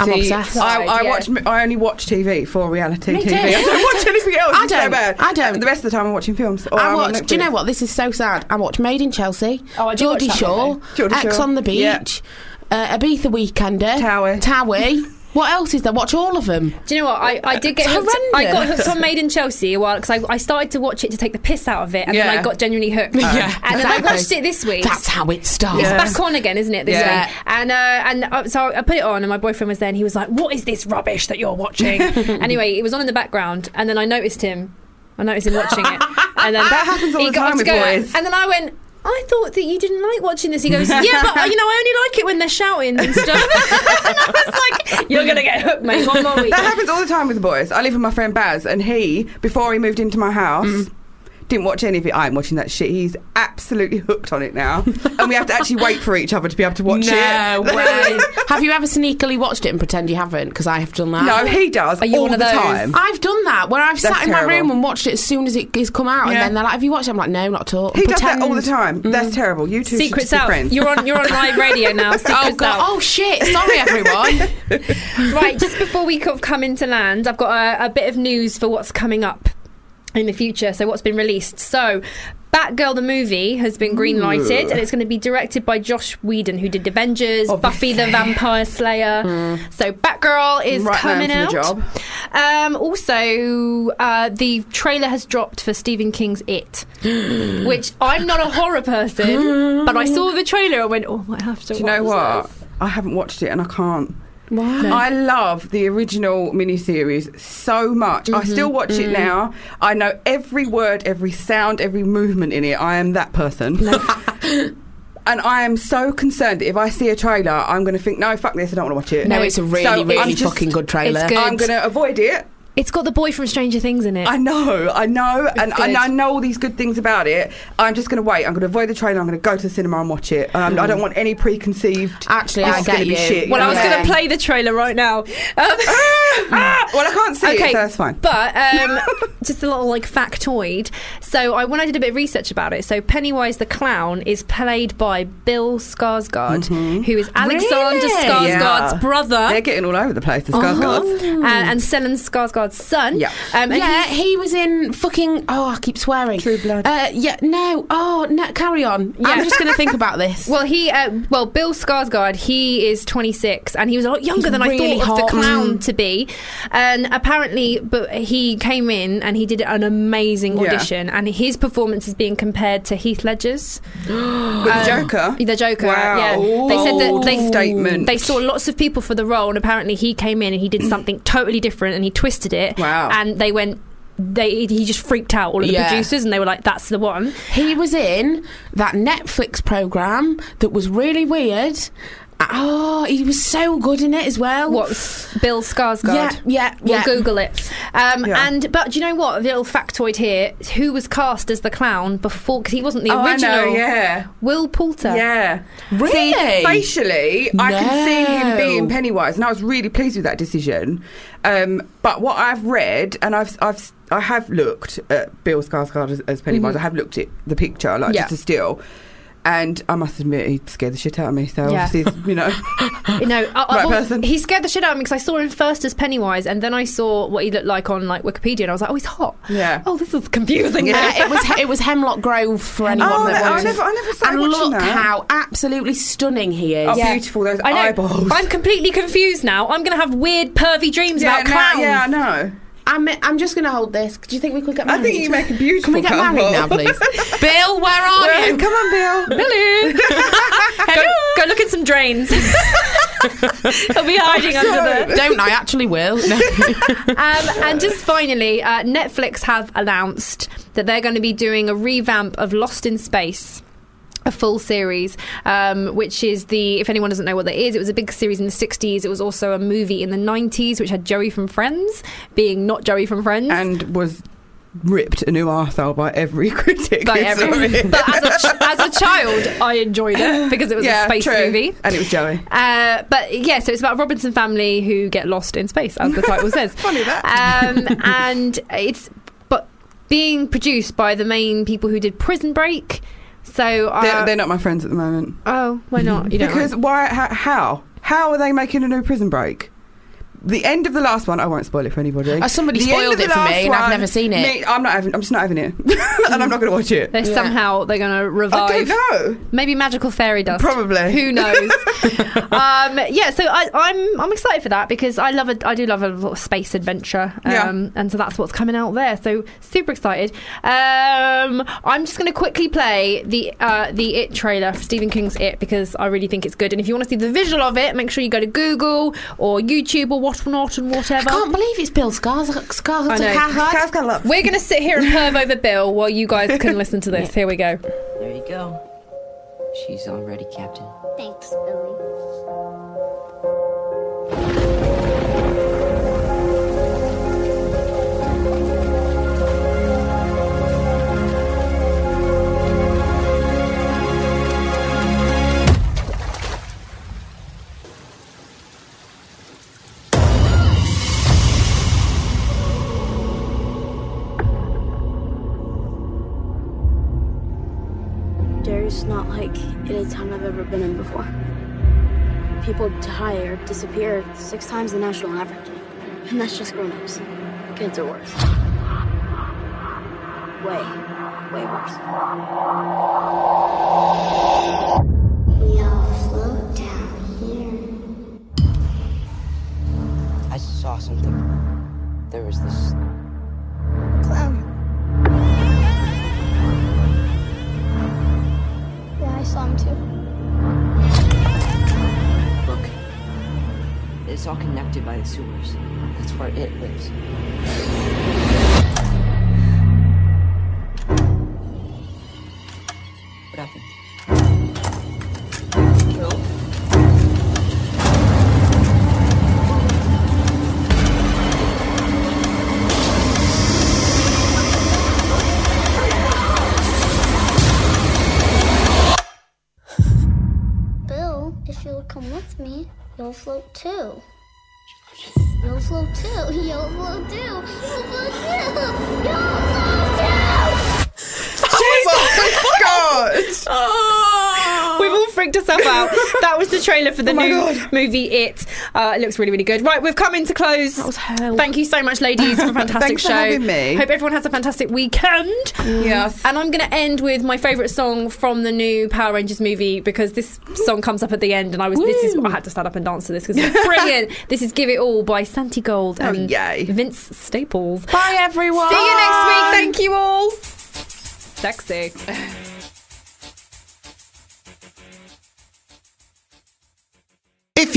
I'm
See,
obsessed.
I, I
Yeah.
watch. I only watch TV for reality
Me
TV.
too.
I don't watch anything else.
I
It's so
don't.
bad.
I don't.
The rest of the time, I'm watching films. or
I
I'm on
watch. Do you
Netflix.
know what? This is so sad. I watch Made in Chelsea,
Oh, I do watch
Geordie
that
Shore,
movie.
Geordie
Ex
Shore.
on the Beach,
Yeah.
uh, Ibiza Weekender,
Towie.
Towie. What else is there? Watch all of them.
Do you know what? I, I did get
It's
hooked. I got
horrendous.
hooked on Made in Chelsea a while because I, I started to watch it to take the piss out of it, and then
Yeah.
I got genuinely hooked.
Yeah,
and then
exactly.
I watched it this week.
That's how it starts.
it's back on again, isn't it? This
Yeah.
week, and uh, and uh, so I put it on, and my boyfriend was there, and he was like, "What is this rubbish that you're watching?" anyway, it was on in the background, and then I noticed him. I noticed him watching it, and then
That happens all
he
the
got
time
up to
with
go,
boys.
And then I went. I thought that you didn't like watching this. He goes, "Yeah, but uh, you know, I only like it when they're shouting and stuff." and I was like, "You're gonna get hooked, mate. One more week."
That happens all the time with the boys. I live with my friend Baz, and he, before he moved into my house,
Mm.
didn't watch any of it. I'm watching that shit. He's absolutely hooked on it now, and we have to actually wait for each other to be able to watch
No
it.
way. have you ever sneakily watched it and pretend you haven't? Because I have done that.
No, he does
Are you
all
one
the
of those?
time.
I've done that where I've sat
That's
in my
terrible.
room and watched it as soon as it is come out, and
Yeah.
then they're like, "Have you watched?" it? I'm like, "No, not at all."
He does
Pretend. Mm.
that all the time. That's terrible. You two should
Secrets
just be
out.
friends.
You're on. You're on live radio now. Secrets
Oh god!
out.
Oh shit! Sorry, everyone.
Right. Just before we co- come into land, I've got a, a bit of news for what's coming up in the future. So what's been released? So. Batgirl the movie has been greenlighted and it's going to be directed by Josh Whedon, who did Avengers, Buffy the Vampire Slayer. So Batgirl is
Hmm. Right man
coming
for the
out.
job.
Um, also, uh, the trailer has dropped for Stephen King's It, which I'm not a horror person, but I saw the trailer and went, "Oh, I have to."
Do you know
watch
what? I haven't watched it and I can't. I love the original miniseries so much. I
Mm-hmm.
still watch it
Mm.
now. I know every word, every sound, every movement in it. I am that person. and I am so concerned that if I see a trailer, I'm going to think, no, fuck this, I don't want to watch it.
No, it's a really,
So I'm
really
just-
fucking good trailer.
it's good.
I'm going to avoid it.
this. It's got the boy from Stranger Things in it.
I know, I know, and,
good.
and I know all these good things about it. I'm just going to wait. I'm going to avoid the trailer. I'm going to go to the cinema and watch it. Um, I
Mm.
don't want any preconceived.
Actually,
this
I
is
get
gonna
you.
Be shit,
well, I
you
was
know?
going to play the trailer right now. Um,
Ah, well, I can't see it, so that's fine.
But um, just a little like factoid. So I when I did a bit of research about it, so Pennywise the clown is played by Bill Skarsgård, who is Alexander
Really?
Skarsgård's
Mm-hmm. Yeah.
brother.
They're getting all over the place, the
Uh-huh.
Skarsgårds. Mm.
And, and Stellan Skarsgård's son.
Yeah.
Um, and
yeah,
he's-
he was in fucking. Oh, I keep swearing.
True Blood.
Uh, yeah, no. Oh, no. Carry on. I'm just going to think about this.
Well, he, uh, well, Bill Skarsgård, he is 26, and he was a lot younger
He's
than
really
I thought
hot. Mm.
of the clown to be. And apparently, but he came in and he did an amazing
Yeah.
audition, and his performance is being compared to Heath Ledger's.
With
um,
the Joker.
The Joker.
Wow.
Yeah.
Bold statement. Mm.
They saw lots of people for the role, and apparently he came in and he did something totally different, and he twisted it.
Wow.
And they went. They, he just freaked out all of the
Yeah.
producers, and they were like, "That's the one."
he was in that Netflix program that was really weird. Oh, he was so good in it as well.
What's Bill Skarsgård?
Yeah, yeah,
We'll
yeah.
Google it. Um,
Yeah.
And but do you know what? A little factoid here: who was cast as the clown before? Because he wasn't the
Oh, I
original.
know, yeah.
Will Poulter.
Yeah.
Really?
See, facially, I can see
No.
him being Pennywise, and I was really pleased with that decision. Um, but what I've read, and I've, I've, I have looked at Bill Skarsgård as, as Pennywise. I have looked at the picture, like
Mm-hmm. Yeah.
just a still. And I must admit, he scared the shit out of me. So,
Yeah.
obviously, it's, you know,
You know, I, I
Right
was-
person.
he scared the shit out of me because I saw him first as Pennywise, and then I saw what he looked like on like Wikipedia, and I was like, "Oh, he's hot."
Yeah.
Oh, this is confusing.
Uh, it was it was Hemlock Grove for anyone
Oh,
that
I
wanted.
never- I never started
and
watching
look
that.
how absolutely stunning he is.
Oh, beautiful those
I know.
eyeballs.
I'm completely confused now. I'm going to have weird, pervy dreams
yeah,
about
no,
clowns.
yeah, I know.
I'm I'm just going to hold this. Do you think we could get
I
married?
think you make a beautiful
Can we get married now,
couple.
please? Bill, where are
Well,
you?
Come on, Bill.
Hello. go, go look at some drains. He'll be hiding
Oh,
under there.
Don't I actually will? No.
Um, and just finally, uh, Netflix have announced that they're going to be doing a revamp of Lost in Space. A full series, um, which is the, if anyone doesn't know what that is, it was a big series in the 60s. It was also a movie in the 90s, which had Joey from Friends being not Joey from Friends.
And was ripped a new arsehole by every critic.
by
who saw
every,
it.
but as a, ch- as a child, I enjoyed it because it was
yeah,
a space
true.
movie.
And it was Joey.
Uh, but yeah, so it's about a Robinson family who get lost in space, as the title says.
Funny that.
Um, and it's but being produced by the main people who did Prison Break. So uh,
They're, they're not my friends at the moment.
oh, why not? You don't
Because
like-
why? How, how? How are they making a new prison break? the end of the last one. I won't spoil it for anybody.
Uh, somebody
The end
spoiled
of the
it for me
last
and I've
one-
never seen it.
Me- I'm not having. I'm just not having it, and I'm not going to watch it.
They're
Yeah.
somehow they're going to revive.
I don't know.
Maybe magical fairy dust.
Probably.
Who knows? um, yeah, so I, I'm I'm excited for that because I love a, I do love a lot of space adventure. Um,
Yeah.
And so that's what's coming out there. So super excited. Um, I'm just going to quickly play the uh, the It trailer for Stephen King's It because I really think it's good. And if you want to see the visual of it, make sure you go to Google or YouTube or whatnot and
I
whatever.
can't believe it's Bill Skarsgård. Skarsgård.
I know.
Cow's got a lot.
We're going to sit here and perv over Bill while you guys can listen to this. Here we go.
There you go. She's already captain.
Thanks, Billy. There's not like any town I've ever been in before. People die or disappear six times the national average. And that's just grown ups. Kids are worse. Way, way worse. We all float down here.
I saw something. There was this
Clown. Yeah, I saw him too.
look. It's all connected by the sewers. That's where it lives. What happened?
Bill, if you'll come with me, you'll float too. You'll float too. You'll float too. You'll float too. You'll float too.
Oh my god! Oh.
We've all freaked ourselves out. That was the trailer for the new movie It. Uh, it looks really, really good. Right, we've come into close. That was hell. Thank you so much, ladies, for a fantastic
Thanks for
show.
having me. Mm.
Hope everyone has a fantastic weekend.
Yes.
And I'm going to end with my favourite song from the new Power Rangers movie because this song comes up at the end, and I was this is I had to stand up and dance to this because it's brilliant. this is "Give It All" by Santi Gold
Oh,
and
yay.
Vince Staples.
Bye everyone.
See you next week. Thank you all. Sexy.
If